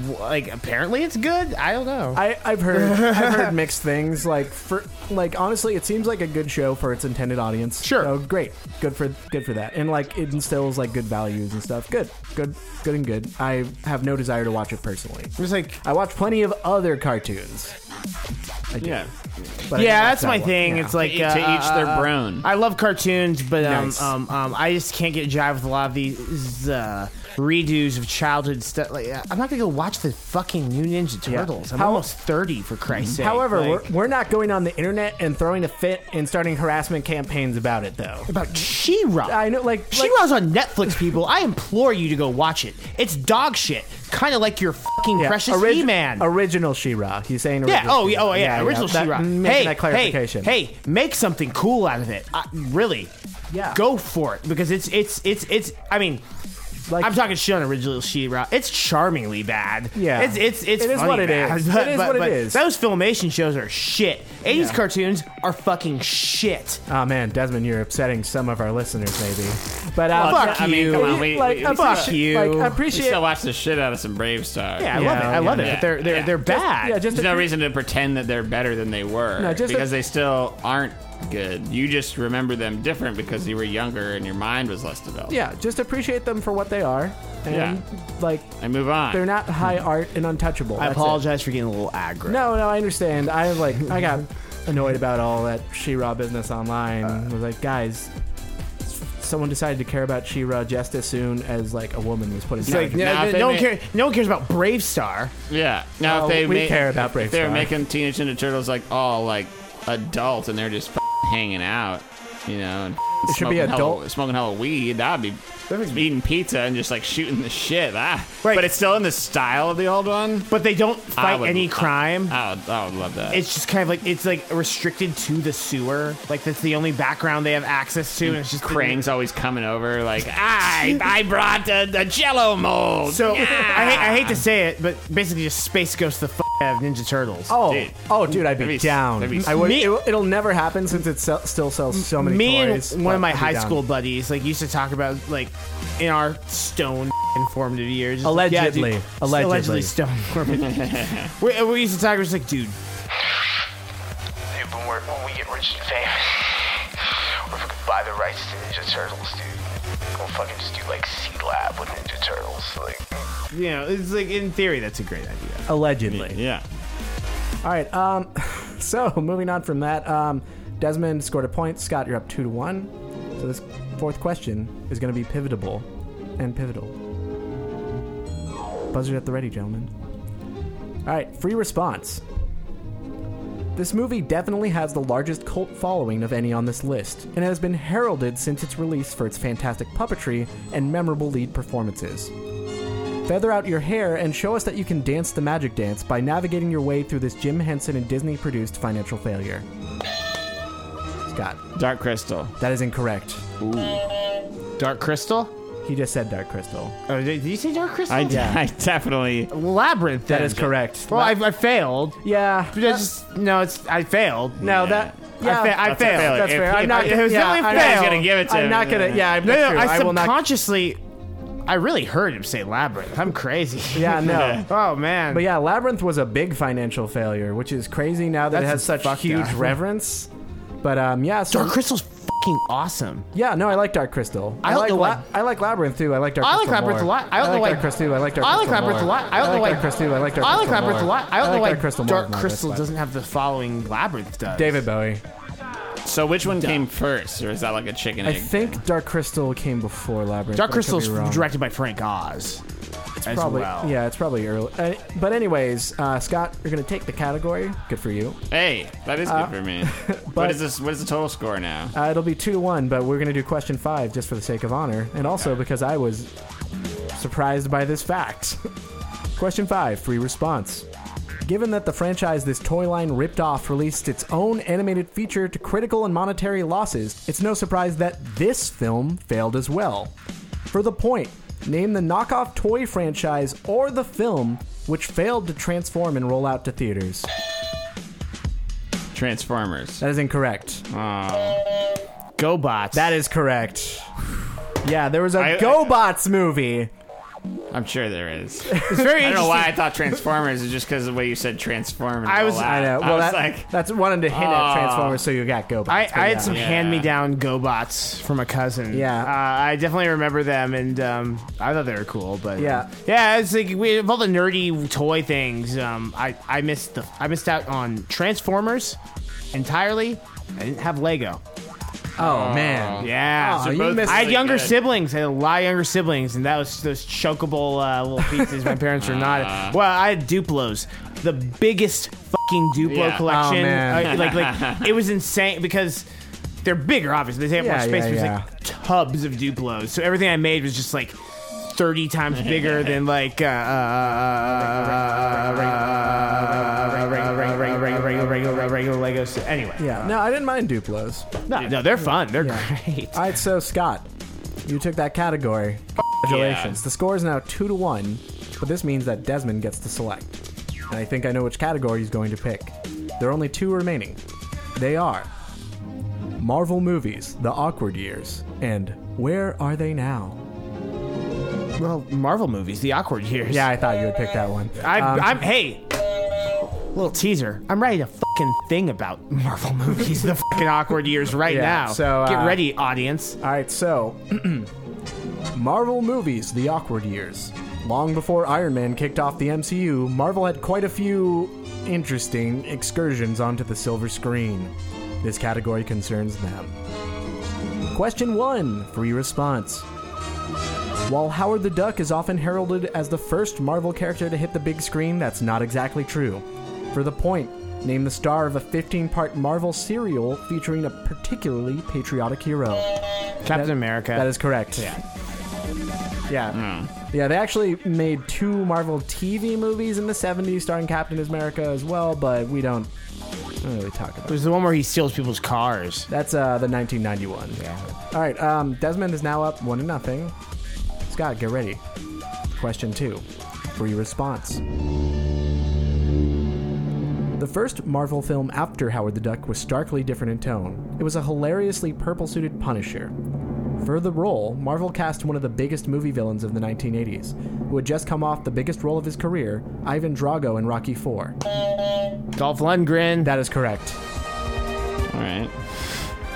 [SPEAKER 4] W- Like apparently it's good. I don't know.
[SPEAKER 3] I, I've heard I've heard mixed things. Like for like honestly, it seems like a good show for its intended audience.
[SPEAKER 4] Sure.
[SPEAKER 3] So great, good for good for that, and like it instills like good values and stuff. Good, good, good and good. I have no desire to watch it personally.
[SPEAKER 4] It was like,
[SPEAKER 3] I watch plenty of other cartoons. I do,
[SPEAKER 2] Yeah.
[SPEAKER 3] but I
[SPEAKER 4] yeah,
[SPEAKER 3] don't watch
[SPEAKER 4] that's
[SPEAKER 3] that
[SPEAKER 4] my
[SPEAKER 3] one.
[SPEAKER 4] thing.
[SPEAKER 3] Yeah.
[SPEAKER 4] It's like uh,
[SPEAKER 2] To each- to each their brown.
[SPEAKER 4] I love cartoons, but um,
[SPEAKER 3] Nice.
[SPEAKER 4] um, um, I just can't get jive with a lot of these uh, redos of childhood stuff. Like, uh, I'm not gonna go watch the fucking new Ninja
[SPEAKER 3] Yeah.
[SPEAKER 4] Turtles. I'm
[SPEAKER 3] How- Mhm.
[SPEAKER 4] almost thirty for Christ's sake.
[SPEAKER 3] However,
[SPEAKER 4] Like,
[SPEAKER 3] we're, we're not going on the internet and throwing a fit and starting harassment campaigns about it, though.
[SPEAKER 4] about She-Ra.
[SPEAKER 3] I know, like,
[SPEAKER 4] She
[SPEAKER 3] like
[SPEAKER 4] Ra's on Netflix, people. I implore you to go watch it. It's dog shit, kind of like your fucking
[SPEAKER 3] yeah,
[SPEAKER 4] precious
[SPEAKER 3] orig-
[SPEAKER 4] He-Man.
[SPEAKER 3] original She-Ra. He's saying original
[SPEAKER 4] yeah. Oh, yeah. Oh,
[SPEAKER 3] She-Ra.
[SPEAKER 4] yeah. original
[SPEAKER 3] that-
[SPEAKER 4] She-Ra.
[SPEAKER 3] making
[SPEAKER 4] Hey,
[SPEAKER 3] that clarification.
[SPEAKER 4] hey, hey, make something cool out of it. I, really.
[SPEAKER 3] Yeah.
[SPEAKER 4] Go for it because it's it's it's it's. I mean.
[SPEAKER 3] Like-
[SPEAKER 4] I'm talking shit on original She-Ra. It's charmingly bad.
[SPEAKER 3] Yeah.
[SPEAKER 4] it's it's it's
[SPEAKER 3] It is
[SPEAKER 4] funny
[SPEAKER 3] what it
[SPEAKER 4] bad,
[SPEAKER 3] is.
[SPEAKER 4] But,
[SPEAKER 3] It is
[SPEAKER 4] but-
[SPEAKER 3] what it
[SPEAKER 4] but
[SPEAKER 3] is.
[SPEAKER 4] Those filmation shows are shit. 80s cartoons are fucking shit.
[SPEAKER 3] Oh man, Desmond, you're upsetting some of our listeners, maybe. But uh,
[SPEAKER 2] Well,
[SPEAKER 4] Fuck
[SPEAKER 2] I mean,
[SPEAKER 4] you.
[SPEAKER 2] come on, we,
[SPEAKER 3] like,
[SPEAKER 2] we,
[SPEAKER 3] I
[SPEAKER 2] we
[SPEAKER 4] fuck
[SPEAKER 3] appreciate-
[SPEAKER 4] you.
[SPEAKER 3] Like, I
[SPEAKER 2] We
[SPEAKER 3] appreciate.
[SPEAKER 2] still watch the shit out of some Brave Stars.
[SPEAKER 4] Yeah, I
[SPEAKER 3] Yeah,
[SPEAKER 4] love it. I love
[SPEAKER 3] yeah,
[SPEAKER 4] it.
[SPEAKER 2] yeah.
[SPEAKER 4] But they're they're
[SPEAKER 2] Just-
[SPEAKER 4] they're bad.
[SPEAKER 3] yeah, just
[SPEAKER 2] There's no reason to pretend that they're better than they were
[SPEAKER 3] No, just a-
[SPEAKER 2] because they still aren't good. You just remember them different because you were younger and your mind was less developed.
[SPEAKER 3] yeah, just appreciate them for what they are, and
[SPEAKER 2] Yeah.
[SPEAKER 3] like
[SPEAKER 2] And move on.
[SPEAKER 3] they're not high art and untouchable.
[SPEAKER 4] I
[SPEAKER 3] That's it.
[SPEAKER 4] apologize for getting a little aggro.
[SPEAKER 3] No, no, I understand. I like, I got annoyed about all that She-Ra business online.
[SPEAKER 4] Uh.
[SPEAKER 3] I was like, guys. Someone decided to care about She-Ra just as soon as like a woman was put in.
[SPEAKER 4] It's like
[SPEAKER 2] No,
[SPEAKER 4] no,
[SPEAKER 2] if
[SPEAKER 4] no,
[SPEAKER 2] they
[SPEAKER 4] no one
[SPEAKER 2] ma-
[SPEAKER 4] cares. No one cares about Brave Star.
[SPEAKER 2] yeah. Now
[SPEAKER 3] Oh,
[SPEAKER 2] if they
[SPEAKER 3] we
[SPEAKER 2] ma-
[SPEAKER 3] care about Brave
[SPEAKER 2] if they're
[SPEAKER 3] Star.
[SPEAKER 2] making Teenage Ninja Turtles like all like adult and they're just f***ing hanging out, you know. And it
[SPEAKER 3] should be adult.
[SPEAKER 2] smoking hella weed. That'd be eating pizza and just like shooting the shit. Ah.
[SPEAKER 4] Right.
[SPEAKER 2] But it's still in the style of the old one.
[SPEAKER 4] But they don't
[SPEAKER 2] I
[SPEAKER 4] fight
[SPEAKER 2] would-
[SPEAKER 4] any
[SPEAKER 2] I-
[SPEAKER 4] crime.
[SPEAKER 2] I would, I would love that.
[SPEAKER 4] it's just kind of like it's like restricted to the sewer. Like that's the only background they have access to, and it's just
[SPEAKER 2] Krang's always coming over, like, I, I brought a, a jello mold.
[SPEAKER 4] So
[SPEAKER 2] Yeah."
[SPEAKER 4] I, hate, I hate to say it, but basically just space ghost the f- out of Ninja Turtles.
[SPEAKER 3] Oh,
[SPEAKER 2] Dude.
[SPEAKER 3] oh, dude, I'd be
[SPEAKER 2] That'd be-
[SPEAKER 3] down.
[SPEAKER 2] that'd be-
[SPEAKER 3] I would.
[SPEAKER 4] Me-
[SPEAKER 3] it, it'll never happen since it sell, still sells so many.
[SPEAKER 4] me and
[SPEAKER 3] toys,
[SPEAKER 4] one
[SPEAKER 3] but
[SPEAKER 4] of my
[SPEAKER 3] I'd be
[SPEAKER 4] high
[SPEAKER 3] down.
[SPEAKER 4] school buddies like used to talk about like in our stone formative years Just like,
[SPEAKER 3] Allegedly.
[SPEAKER 4] yeah, dude,
[SPEAKER 3] Allegedly.
[SPEAKER 4] allegedly stone formative we, we used to talk it was like dude
[SPEAKER 5] Dude, when, we're, when we get rich and famous, we're gonna buy the rights to Ninja Turtles, dude. We'll fucking just do like C Lab with Ninja Turtles. Like,
[SPEAKER 4] you know it's like in theory that's a great idea
[SPEAKER 3] Allegedly.
[SPEAKER 2] Yeah.
[SPEAKER 3] All right. Um, so moving on from that, um, Desmond scored a point. Scott, you're up two to one. So this fourth question is going to be pivotable and pivotal. Buzzard at the ready, gentlemen. All right. Free response. This movie definitely has the largest cult following of any on this list, and has been heralded since its release for its fantastic puppetry and memorable lead performances. Feather out your hair and show us that you can dance the magic dance by navigating your way through this Jim Henson and Disney produced financial failure. Scott,
[SPEAKER 2] Dark Crystal.
[SPEAKER 3] that is incorrect.
[SPEAKER 4] Dark Crystal
[SPEAKER 3] He just said Dark Crystal.
[SPEAKER 4] Oh, did, did you say Dark Crystal?
[SPEAKER 2] I, I definitely.
[SPEAKER 4] Labyrinth.
[SPEAKER 3] That
[SPEAKER 4] then.
[SPEAKER 3] is correct.
[SPEAKER 4] Well, I, I failed.
[SPEAKER 3] yeah.
[SPEAKER 4] But I just no, it's I failed.
[SPEAKER 3] No,
[SPEAKER 2] Yeah.
[SPEAKER 3] that. Yeah,
[SPEAKER 4] I, fa- I
[SPEAKER 2] That's a
[SPEAKER 4] failed.
[SPEAKER 2] failure.
[SPEAKER 3] That's
[SPEAKER 2] If-
[SPEAKER 3] fair.
[SPEAKER 2] if
[SPEAKER 3] I'm not
[SPEAKER 2] I-
[SPEAKER 4] if it was
[SPEAKER 3] yeah,
[SPEAKER 4] really
[SPEAKER 3] I'm
[SPEAKER 4] fair, I
[SPEAKER 3] not
[SPEAKER 4] was
[SPEAKER 2] gonna give it to
[SPEAKER 3] I'm
[SPEAKER 2] him.
[SPEAKER 3] not gonna. Yeah, I'm
[SPEAKER 4] No, no,
[SPEAKER 3] true.
[SPEAKER 4] I
[SPEAKER 3] I will not.
[SPEAKER 4] subconsciously, I really heard him say labyrinth. I'm crazy.
[SPEAKER 3] Yeah, no.
[SPEAKER 4] oh man.
[SPEAKER 3] But yeah, Labyrinth was a big financial failure, which is crazy now that it
[SPEAKER 4] That's
[SPEAKER 3] has such
[SPEAKER 4] fucked
[SPEAKER 3] huge
[SPEAKER 4] up.
[SPEAKER 3] reverence. But um, yeah, so
[SPEAKER 4] Dark Crystal's fucking awesome.
[SPEAKER 3] yeah, no, I like Dark Crystal.
[SPEAKER 4] I
[SPEAKER 3] I,
[SPEAKER 4] don't
[SPEAKER 3] like
[SPEAKER 4] know
[SPEAKER 3] La-
[SPEAKER 4] why-
[SPEAKER 3] I like Labyrinth too. I like Dark.
[SPEAKER 4] I like
[SPEAKER 3] Crystal
[SPEAKER 4] Labyrinth a
[SPEAKER 3] more.
[SPEAKER 4] lot. I
[SPEAKER 3] I
[SPEAKER 4] don't know
[SPEAKER 3] like
[SPEAKER 4] why-
[SPEAKER 3] Dark Crystal. I like Dark.
[SPEAKER 4] I like
[SPEAKER 3] Crystal
[SPEAKER 4] Labyrinth a
[SPEAKER 3] more.
[SPEAKER 4] lot. I don't know
[SPEAKER 3] like
[SPEAKER 4] why-
[SPEAKER 3] Dark Crystal. I like Dark.
[SPEAKER 4] I like
[SPEAKER 3] Crystal
[SPEAKER 4] labyrinth a
[SPEAKER 3] more.
[SPEAKER 4] lot. I don't
[SPEAKER 3] like
[SPEAKER 4] know why
[SPEAKER 3] Dark Crystal more
[SPEAKER 4] Dark
[SPEAKER 3] than I like
[SPEAKER 4] Crystal
[SPEAKER 3] Labyrinth.
[SPEAKER 4] doesn't have the following labyrinth does.
[SPEAKER 3] David Bowie.
[SPEAKER 2] So which one came first, or is that like a chicken
[SPEAKER 3] I
[SPEAKER 2] egg?
[SPEAKER 3] think Dark Crystal came before Labyrinth.
[SPEAKER 4] Dark
[SPEAKER 3] but I could be
[SPEAKER 4] Crystal's
[SPEAKER 3] wrong.
[SPEAKER 4] directed by Frank Oz. It's as
[SPEAKER 3] Probably,
[SPEAKER 4] well.
[SPEAKER 3] yeah, it's probably early. Uh, but anyways, uh, Scott, you're gonna take the category. Good for you.
[SPEAKER 2] hey, that is good
[SPEAKER 4] Uh,
[SPEAKER 2] for me.
[SPEAKER 3] but-
[SPEAKER 2] what is this? What is the total score now?
[SPEAKER 3] Uh, it'll be two to one, but we're gonna do question five just for the sake of honor, and also because I was surprised by this fact. question five, free response. Given that the franchise this toy line ripped off released its own animated feature to critical and monetary losses, it's no surprise that this film failed as well. For the point, name the knockoff toy franchise or the film which failed to transform and roll out to theaters.
[SPEAKER 2] Transformers.
[SPEAKER 3] That is incorrect.
[SPEAKER 4] GoBots.
[SPEAKER 3] That is correct. Yeah, there was a
[SPEAKER 2] I- I-
[SPEAKER 3] GoBots movie.
[SPEAKER 2] I'm sure there is. I
[SPEAKER 4] it's very
[SPEAKER 2] don't know
[SPEAKER 4] interesting.
[SPEAKER 2] why I thought Transformers is just because of the way you said transform. and
[SPEAKER 4] I
[SPEAKER 2] all
[SPEAKER 4] was-
[SPEAKER 2] that.
[SPEAKER 3] Oh, I uh, know. Well,
[SPEAKER 2] I was
[SPEAKER 3] that,
[SPEAKER 2] like,
[SPEAKER 3] that's wanted to hint
[SPEAKER 2] Oh.
[SPEAKER 3] at Transformers, so you got GoBots.
[SPEAKER 4] I, I
[SPEAKER 3] but yeah.
[SPEAKER 4] had some
[SPEAKER 2] Yeah.
[SPEAKER 4] hand-me-down GoBots from a cousin.
[SPEAKER 3] Yeah.
[SPEAKER 4] uh, I definitely remember them, and um, I thought they were cool. But um,
[SPEAKER 3] Yeah.
[SPEAKER 4] yeah, it's like we, of all the nerdy toy things, um, I I missed the I missed out on Transformers entirely. I didn't have Lego.
[SPEAKER 3] Oh man.
[SPEAKER 4] Yeah,
[SPEAKER 3] Oh,
[SPEAKER 4] So
[SPEAKER 3] you
[SPEAKER 4] both-
[SPEAKER 3] missed-
[SPEAKER 4] I had
[SPEAKER 2] Really
[SPEAKER 4] younger
[SPEAKER 2] good.
[SPEAKER 4] siblings. I had a lot of younger siblings, and that was those chokable uh, little pizzas. My parents were not. Well, I had Duplos, the biggest fucking Duplo
[SPEAKER 2] Yeah.
[SPEAKER 4] collection.
[SPEAKER 3] Oh, man.
[SPEAKER 4] Uh, like, like it was insane because they're bigger. Obviously, they take
[SPEAKER 3] Yeah,
[SPEAKER 4] up more space.
[SPEAKER 3] yeah,
[SPEAKER 4] but it was
[SPEAKER 3] yeah.
[SPEAKER 4] like tubs of Duplos. So everything I made was just like. 30 times bigger than like uh, uh, regular Legos. Anyway,
[SPEAKER 3] Yeah. No, I didn't mind Duplos.
[SPEAKER 4] no, no, they're fun. They're
[SPEAKER 3] Yeah.
[SPEAKER 4] great.
[SPEAKER 3] All right, so Scott, you took that category. Congratulations. The score is now two to one, but this means that Desmond gets to select. And I think I know which category he's going to pick. There are only two remaining. They are Marvel movies, The Awkward Years, and Where Are They Now?
[SPEAKER 4] Well, Marvel movies, the awkward years.
[SPEAKER 3] Yeah, I thought you would pick that one.
[SPEAKER 4] I,
[SPEAKER 3] Um,
[SPEAKER 4] I'm. Hey, little teaser. I'm writing a fucking thing about Marvel movies, the fucking awkward years right
[SPEAKER 3] Yeah,
[SPEAKER 4] now.
[SPEAKER 3] so,
[SPEAKER 4] get
[SPEAKER 3] uh,
[SPEAKER 4] ready, audience.
[SPEAKER 3] All right, so Marvel movies, the awkward years. Long before Iron Man kicked off the MCU, Marvel had quite a few interesting excursions onto the silver screen. This category concerns them. Question one, free response. While Howard the Duck is often heralded as the first Marvel character to hit the big screen, that's not exactly true. For the point, name the star of a 15 part Marvel serial featuring a particularly patriotic hero.
[SPEAKER 4] Captain America.
[SPEAKER 3] That is correct. Yeah. Yeah. Yeah, they actually made two Marvel TV movies in the 70s starring Captain America as well, but we don't, we don't really talk about
[SPEAKER 4] It
[SPEAKER 3] it.
[SPEAKER 4] was the one where he steals people's cars.
[SPEAKER 3] That's uh, the 1991. Yeah. All right, um, Desmond is now up 1 to nothing. Scott, get ready. Question 2 for your response. The first Marvel film after Howard the Duck was starkly different in tone. It was a hilariously purple suited Punisher. For the role, Marvel cast one of the biggest movie villains of the 1980s, who had just come off the biggest role of his career, Ivan Drago in Rocky IV.
[SPEAKER 4] Dolph Lundgren.
[SPEAKER 3] That is correct.
[SPEAKER 2] all right.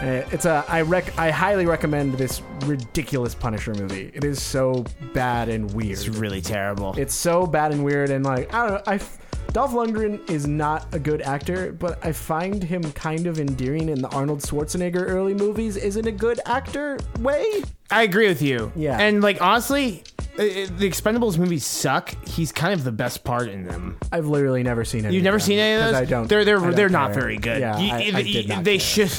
[SPEAKER 3] Uh, It's a I rec I highly recommend this ridiculous Punisher movie. It is so bad and weird.
[SPEAKER 4] That's really terrible.
[SPEAKER 3] It's so bad and weird and like I don't know. I f- Dolph Lundgren is not a good actor, but I find him kind of endearing in the Arnold Schwarzenegger early movies. Isn't a good actor way?
[SPEAKER 4] I agree with you.
[SPEAKER 3] Yeah.
[SPEAKER 4] And like honestly, i i the Expendables movies suck. He's kind of the best part in them.
[SPEAKER 3] I've literally never seen any.
[SPEAKER 4] You've
[SPEAKER 3] of
[SPEAKER 4] never
[SPEAKER 3] them,
[SPEAKER 4] seen any of
[SPEAKER 3] 'cause
[SPEAKER 4] those?
[SPEAKER 3] I don't.
[SPEAKER 4] They're they're
[SPEAKER 3] I don't
[SPEAKER 4] they're not
[SPEAKER 3] care.
[SPEAKER 4] very good.
[SPEAKER 3] Yeah,
[SPEAKER 4] You-
[SPEAKER 3] I, I did not
[SPEAKER 4] they
[SPEAKER 3] care.
[SPEAKER 4] should.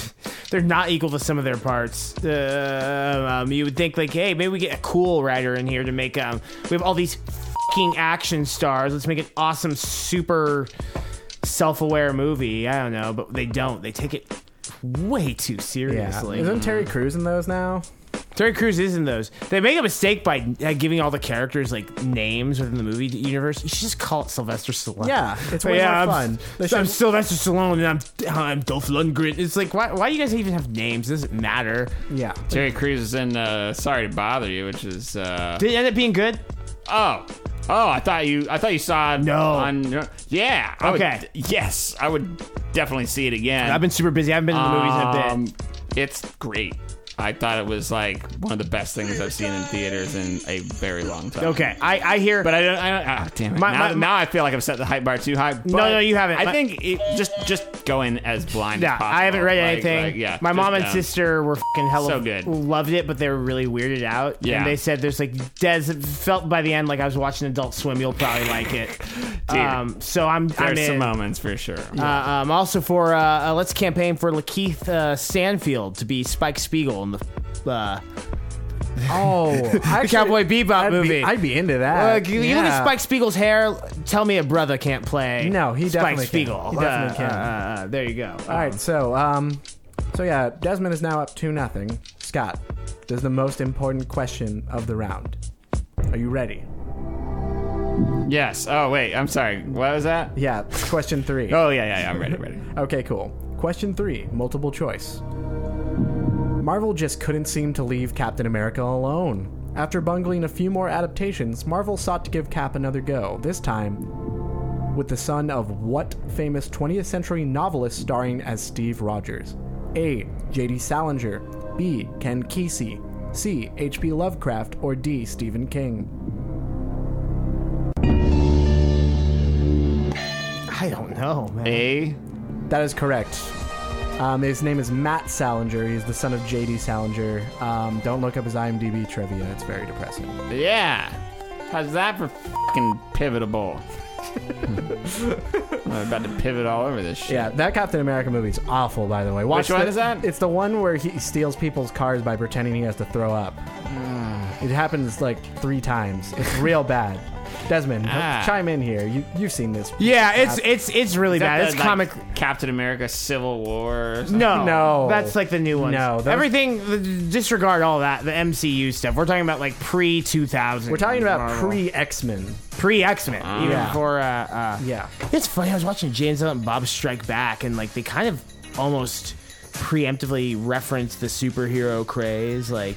[SPEAKER 4] They're not equal to some of their parts. Uh, um, you would think like, hey, maybe we get a cool writer in here to make. Um, we have all these fucking action stars. Let's make an awesome, super self-aware movie. I don't know, but they don't. They take it way too
[SPEAKER 3] Yeah. Uh-huh.
[SPEAKER 4] seriously.
[SPEAKER 3] Isn't Terry Crews in those now?
[SPEAKER 4] Terry Crews is in those. They make a mistake by uh, giving all the characters like names within the movie universe. You should just call it Sylvester Stallone.
[SPEAKER 3] Yeah, it's way
[SPEAKER 4] yeah,
[SPEAKER 3] more
[SPEAKER 4] I'm,
[SPEAKER 3] fun. They
[SPEAKER 4] I'm
[SPEAKER 3] should-
[SPEAKER 4] Sylvester Stallone and I'm I'm Dolph Lundgren. It's like why why do you guys even have names? It doesn't matter.
[SPEAKER 3] Yeah.
[SPEAKER 2] Terry Crews is in uh, Sorry to Bother You, which is uh,
[SPEAKER 4] Did it end up being good?
[SPEAKER 2] oh. Oh, I thought you. I thought you saw.
[SPEAKER 4] No.
[SPEAKER 2] On, yeah. I would-
[SPEAKER 4] Okay.
[SPEAKER 2] yes, I would definitely see it again.
[SPEAKER 4] I've been super busy. I haven't been to the movies in a bit.
[SPEAKER 2] Um, It's great. I thought it was like one of the best things I've seen in theaters in a very long time.
[SPEAKER 4] Okay, I I hear.
[SPEAKER 2] But I don't. I don't ah, damn it.
[SPEAKER 4] My-
[SPEAKER 2] now,
[SPEAKER 4] my-
[SPEAKER 2] now I feel like I've set the hype bar too high. But
[SPEAKER 4] no, you haven't.
[SPEAKER 2] I
[SPEAKER 4] My-
[SPEAKER 2] think it, just just going as blind.
[SPEAKER 4] yeah,
[SPEAKER 2] as possible.
[SPEAKER 4] I haven't read
[SPEAKER 2] Like-
[SPEAKER 4] anything.
[SPEAKER 2] like, yeah,
[SPEAKER 4] my
[SPEAKER 2] just
[SPEAKER 4] mom and
[SPEAKER 2] don't.
[SPEAKER 4] sister were fucking hella
[SPEAKER 2] So good.
[SPEAKER 4] loved it, but they were really weirded out.
[SPEAKER 2] Yeah.
[SPEAKER 4] and they said there's like Des it felt by the end like I was watching Adult Swim. You'll probably like it.
[SPEAKER 2] Dude,
[SPEAKER 4] um, so I'm I'm
[SPEAKER 2] There's
[SPEAKER 4] in.
[SPEAKER 2] some moments for sure.
[SPEAKER 4] Uh, um, also for uh, uh, let's campaign for Lakeith uh, Sanfield to be Spike Spiegel in the uh,
[SPEAKER 3] Oh, actually-
[SPEAKER 4] Cowboy Bebop
[SPEAKER 3] I'd be-
[SPEAKER 4] movie.
[SPEAKER 3] I'd be into that.
[SPEAKER 4] Like, you, you look
[SPEAKER 3] Yeah.
[SPEAKER 4] at Spike Spiegel's hair. Tell me a brother can't play.
[SPEAKER 3] No, he
[SPEAKER 4] Spike
[SPEAKER 3] definitely can.
[SPEAKER 4] Spiegel.
[SPEAKER 3] He definitely
[SPEAKER 4] Uh,
[SPEAKER 3] can.
[SPEAKER 4] uh, uh, there you go.
[SPEAKER 3] All right, so um, so yeah, Desmond is now up two nothing. Scott, this is the most important question of the round. Are you ready?
[SPEAKER 2] yes. Oh wait. I'm sorry. What was that?
[SPEAKER 3] Yeah, question three.
[SPEAKER 2] Oh yeah, yeah. yeah I'm ready. Ready.
[SPEAKER 3] Okay, cool. Question three, multiple choice. Marvel just couldn't seem to leave Captain America alone. After bungling a few more adaptations, Marvel sought to give Cap another go, this time with the son of what famous 20th century novelist starring as Steve Rogers? A. J.D. Salinger, B. Ken Kesey, C. H.P. Lovecraft, or D. Stephen King?
[SPEAKER 4] I don't know, man.
[SPEAKER 2] A.
[SPEAKER 3] That is correct. Um, his name is Matt Salinger. He's the son of J.D. Salinger. Um, don't look up his IMDb trivia; it's very depressing.
[SPEAKER 2] Yeah. How's that for fucking pivotable? I'm about to pivot all over this shit.
[SPEAKER 3] Yeah, that Captain America movie is awful, by the way. Watch
[SPEAKER 2] Which one
[SPEAKER 3] the-
[SPEAKER 2] is that?
[SPEAKER 3] It's the one where he steals people's cars by pretending he has to throw up. It happens like three times. It's real bad. Desmond,
[SPEAKER 2] Ah.
[SPEAKER 3] chime in here. You you've seen this?
[SPEAKER 4] Yeah, it's it's it's really
[SPEAKER 2] Is that
[SPEAKER 4] bad.
[SPEAKER 2] the,
[SPEAKER 4] It's
[SPEAKER 2] like,
[SPEAKER 4] comic.
[SPEAKER 2] Captain America Civil War. Or something?
[SPEAKER 4] No,
[SPEAKER 3] No.
[SPEAKER 4] that's like the new one.
[SPEAKER 3] No, those-
[SPEAKER 4] everything. The, disregard all that. The MCU stuff. We're talking about like pre two thousand.
[SPEAKER 3] We're talking about pre X Men.
[SPEAKER 4] pre X Men. even
[SPEAKER 3] Yeah.
[SPEAKER 4] before. Uh, uh,
[SPEAKER 3] Yeah.
[SPEAKER 4] It's funny. I was watching James Allen and Bob Strike Back, and like they kind of almost preemptively referenced the superhero craze. Like,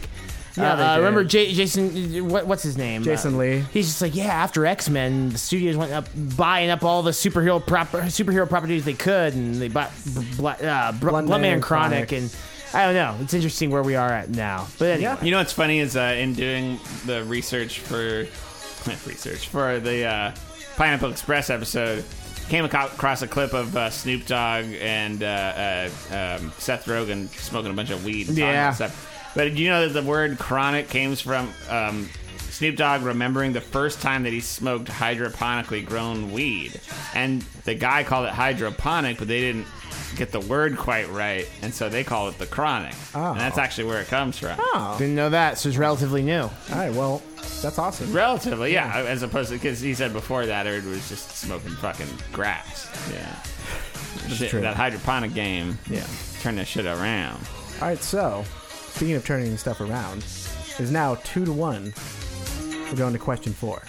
[SPEAKER 3] Yeah,
[SPEAKER 4] uh,
[SPEAKER 3] they
[SPEAKER 4] uh,
[SPEAKER 3] did.
[SPEAKER 4] remember J- Jason? What, what's his name?
[SPEAKER 3] Jason
[SPEAKER 4] Uh,
[SPEAKER 3] Lee.
[SPEAKER 4] He's just like, yeah. After X Men, the studios went up buying up all the superhero proper superhero properties they could, and they bought B- Bla- uh, Br-
[SPEAKER 3] Blunt
[SPEAKER 4] Blunt
[SPEAKER 3] Man
[SPEAKER 4] Man Chronic,
[SPEAKER 3] Chronic.
[SPEAKER 4] and I don't know. It's interesting where we are at now, but anyway.
[SPEAKER 3] Yeah.
[SPEAKER 2] You know what's funny is uh, in doing the research for research for the uh, Pineapple Express episode, came aco- across a clip of uh, Snoop Dogg and uh, uh, um, Seth Rogen smoking a bunch of weed. And talking
[SPEAKER 4] Yeah.
[SPEAKER 2] about stuff. But did you know that the word chronic comes from um, Snoop Dogg remembering the first time that he smoked hydroponically grown weed, and the guy called it hydroponic, but they didn't get the word quite right, and so they call it the chronic, and that's actually where it comes from.
[SPEAKER 3] Oh.
[SPEAKER 4] Didn't know that, so it's relatively new.
[SPEAKER 3] All right. Well, that's awesome.
[SPEAKER 2] Relatively, yeah. As opposed to because he said before that Erd was just smoking fucking grass. Yeah, Shit,
[SPEAKER 3] true.
[SPEAKER 2] that hydroponic game.
[SPEAKER 3] Yeah.
[SPEAKER 2] turn that shit around.
[SPEAKER 3] All right, so speaking of turning stuff around, is now two to one. We're going to question four.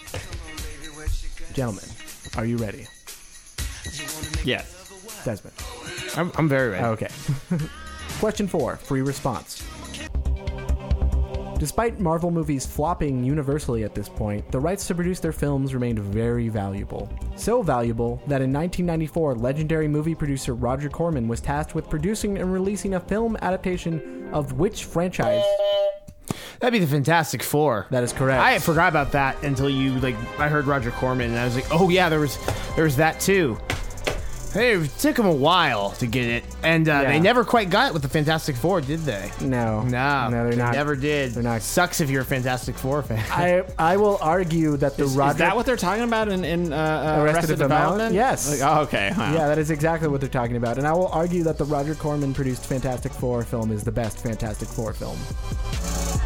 [SPEAKER 3] Gentlemen, are you ready?
[SPEAKER 2] Yes.
[SPEAKER 3] Desmond.
[SPEAKER 4] I'm, I'm very ready.
[SPEAKER 3] Okay. question four free response. Despite Marvel movies flopping universally at this point, the rights to produce their films remained very valuable. So valuable that in 1994, legendary movie producer Roger Corman was tasked with producing and releasing a film adaptation of which franchise?
[SPEAKER 4] That'd be the Fantastic Four.
[SPEAKER 3] That is correct.
[SPEAKER 4] I forgot about that until you like. I heard Roger Corman, and I was like, "Oh yeah, there was, there was that too." Hey, it took them a while to get it, and uh, they
[SPEAKER 3] Yeah.
[SPEAKER 4] never quite got it with the Fantastic Four, did they?
[SPEAKER 3] No,
[SPEAKER 4] No,
[SPEAKER 3] no, they're
[SPEAKER 4] they
[SPEAKER 3] not.
[SPEAKER 4] Never did.
[SPEAKER 3] They're not.
[SPEAKER 4] Sucks if you're a Fantastic Four fan.
[SPEAKER 3] I I will argue that the Roger.
[SPEAKER 2] Is that what they're talking about in, in uh, uh,
[SPEAKER 3] Arrested
[SPEAKER 2] Arrested,
[SPEAKER 3] Development?
[SPEAKER 2] Development?
[SPEAKER 3] Yes.
[SPEAKER 2] Like, oh, okay. huh.
[SPEAKER 3] yeah, that is exactly what they're talking about, and I will argue that the Roger Corman produced Fantastic Four film is the best Fantastic Four film.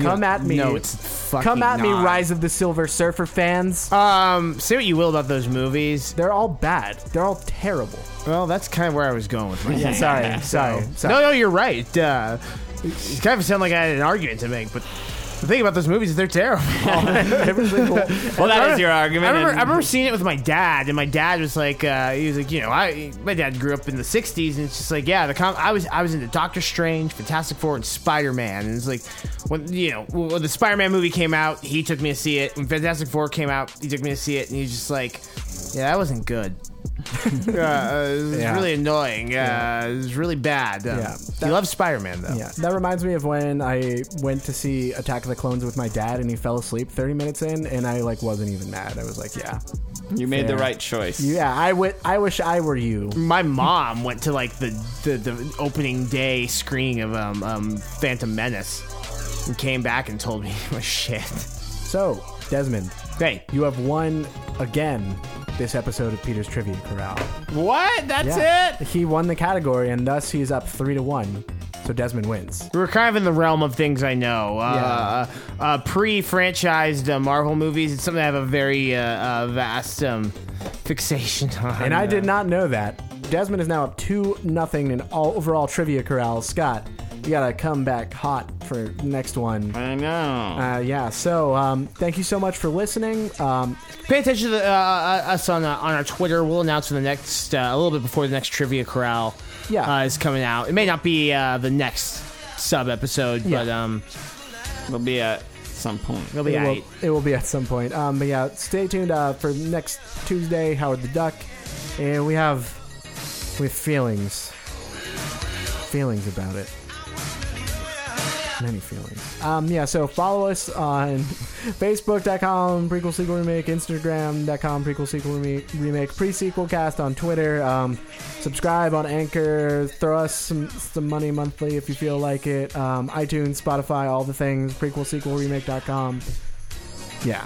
[SPEAKER 3] Come at me.
[SPEAKER 4] No, it's fucking
[SPEAKER 3] Come at me,
[SPEAKER 4] not.
[SPEAKER 3] Rise of the Silver Surfer fans.
[SPEAKER 4] Um, say what you will about those movies.
[SPEAKER 3] They're all bad. They're all terrible.
[SPEAKER 4] Well, that's kind of where I was going with my
[SPEAKER 3] Yeah, sorry, sorry, sorry.
[SPEAKER 4] No, no, you're right. Uh, it's kind of sound like I had an argument to make, but the thing about those movies is they're terrible.
[SPEAKER 3] Every single-
[SPEAKER 2] Oh, Well, that
[SPEAKER 4] I
[SPEAKER 2] is your
[SPEAKER 4] remember-
[SPEAKER 2] argument.
[SPEAKER 4] I remember,
[SPEAKER 2] and-
[SPEAKER 4] I remember seeing it with my dad, and my dad was like, uh, he was like, you know, I my dad grew up in the '60s, and it's just like, yeah, the com- I was I was into Doctor Strange, Fantastic Four, and Spider Man, and it's like, when you know, when the Spider Man movie came out, he took me to see it. When Fantastic Four came out, he took me to see it, and he's just like, yeah, that wasn't good. uh, uh, it was
[SPEAKER 3] Yeah.
[SPEAKER 4] really annoying. Uh, It was really bad. Um,
[SPEAKER 3] Yeah.
[SPEAKER 4] he loves Spider Man though.
[SPEAKER 3] Yeah, that reminds me of when I went to see Attack of the Clones with my dad, and he fell asleep 30 minutes in, and I like wasn't even mad. I was like, yeah,
[SPEAKER 2] you made the
[SPEAKER 3] Yeah.
[SPEAKER 2] right choice.
[SPEAKER 3] yeah. I wi- I wish I were you.
[SPEAKER 4] My mom went to like the, the, the opening day screening of um, um, Phantom Menace and came back and told me it was shit.
[SPEAKER 3] So, Desmond,
[SPEAKER 4] Hey,
[SPEAKER 3] you have won again this episode of Peter's Trivia Corral.
[SPEAKER 2] What? That's
[SPEAKER 3] Yeah.
[SPEAKER 2] it?
[SPEAKER 3] He won the category, and thus he's up three to one. So Desmond wins.
[SPEAKER 4] we're kind of in the realm of things I know. Uh, uh, pre-franchised uh, Marvel movies. It's something I have a very uh, uh, vast um, fixation on.
[SPEAKER 3] And I
[SPEAKER 4] Uh,
[SPEAKER 3] did not know that. Desmond is now up two nothing in all overall trivia corral. Scott, you gotta come back hot for next one.
[SPEAKER 2] I know.
[SPEAKER 3] Uh, yeah. So um, thank you so much for listening. Um,
[SPEAKER 4] Pay attention to the, uh, uh, us on uh, on our Twitter. We'll announce when the next uh, a little bit before the next trivia corral
[SPEAKER 3] Yeah.
[SPEAKER 4] uh, is coming out. It may not be uh, the next sub episode, but
[SPEAKER 3] Yeah.
[SPEAKER 4] um,
[SPEAKER 2] It'll be at some point.
[SPEAKER 4] it'll be
[SPEAKER 3] it, will,
[SPEAKER 4] aight.
[SPEAKER 3] it will be at some point. Um, but yeah, stay tuned uh, for next Tuesday, Howard the Duck, and we have we have feelings, feelings about it. Many feelings. Um, yeah, so follow us on Facebook.com, prequel sequel remake, Instagram.com, prequel sequel reme- remake, prequel cast on Twitter. Um, subscribe on Anchor. Throw us some, some money monthly if you feel like it. Um, iTunes, Spotify, all the things. Prequel sequel remake.com. Yeah.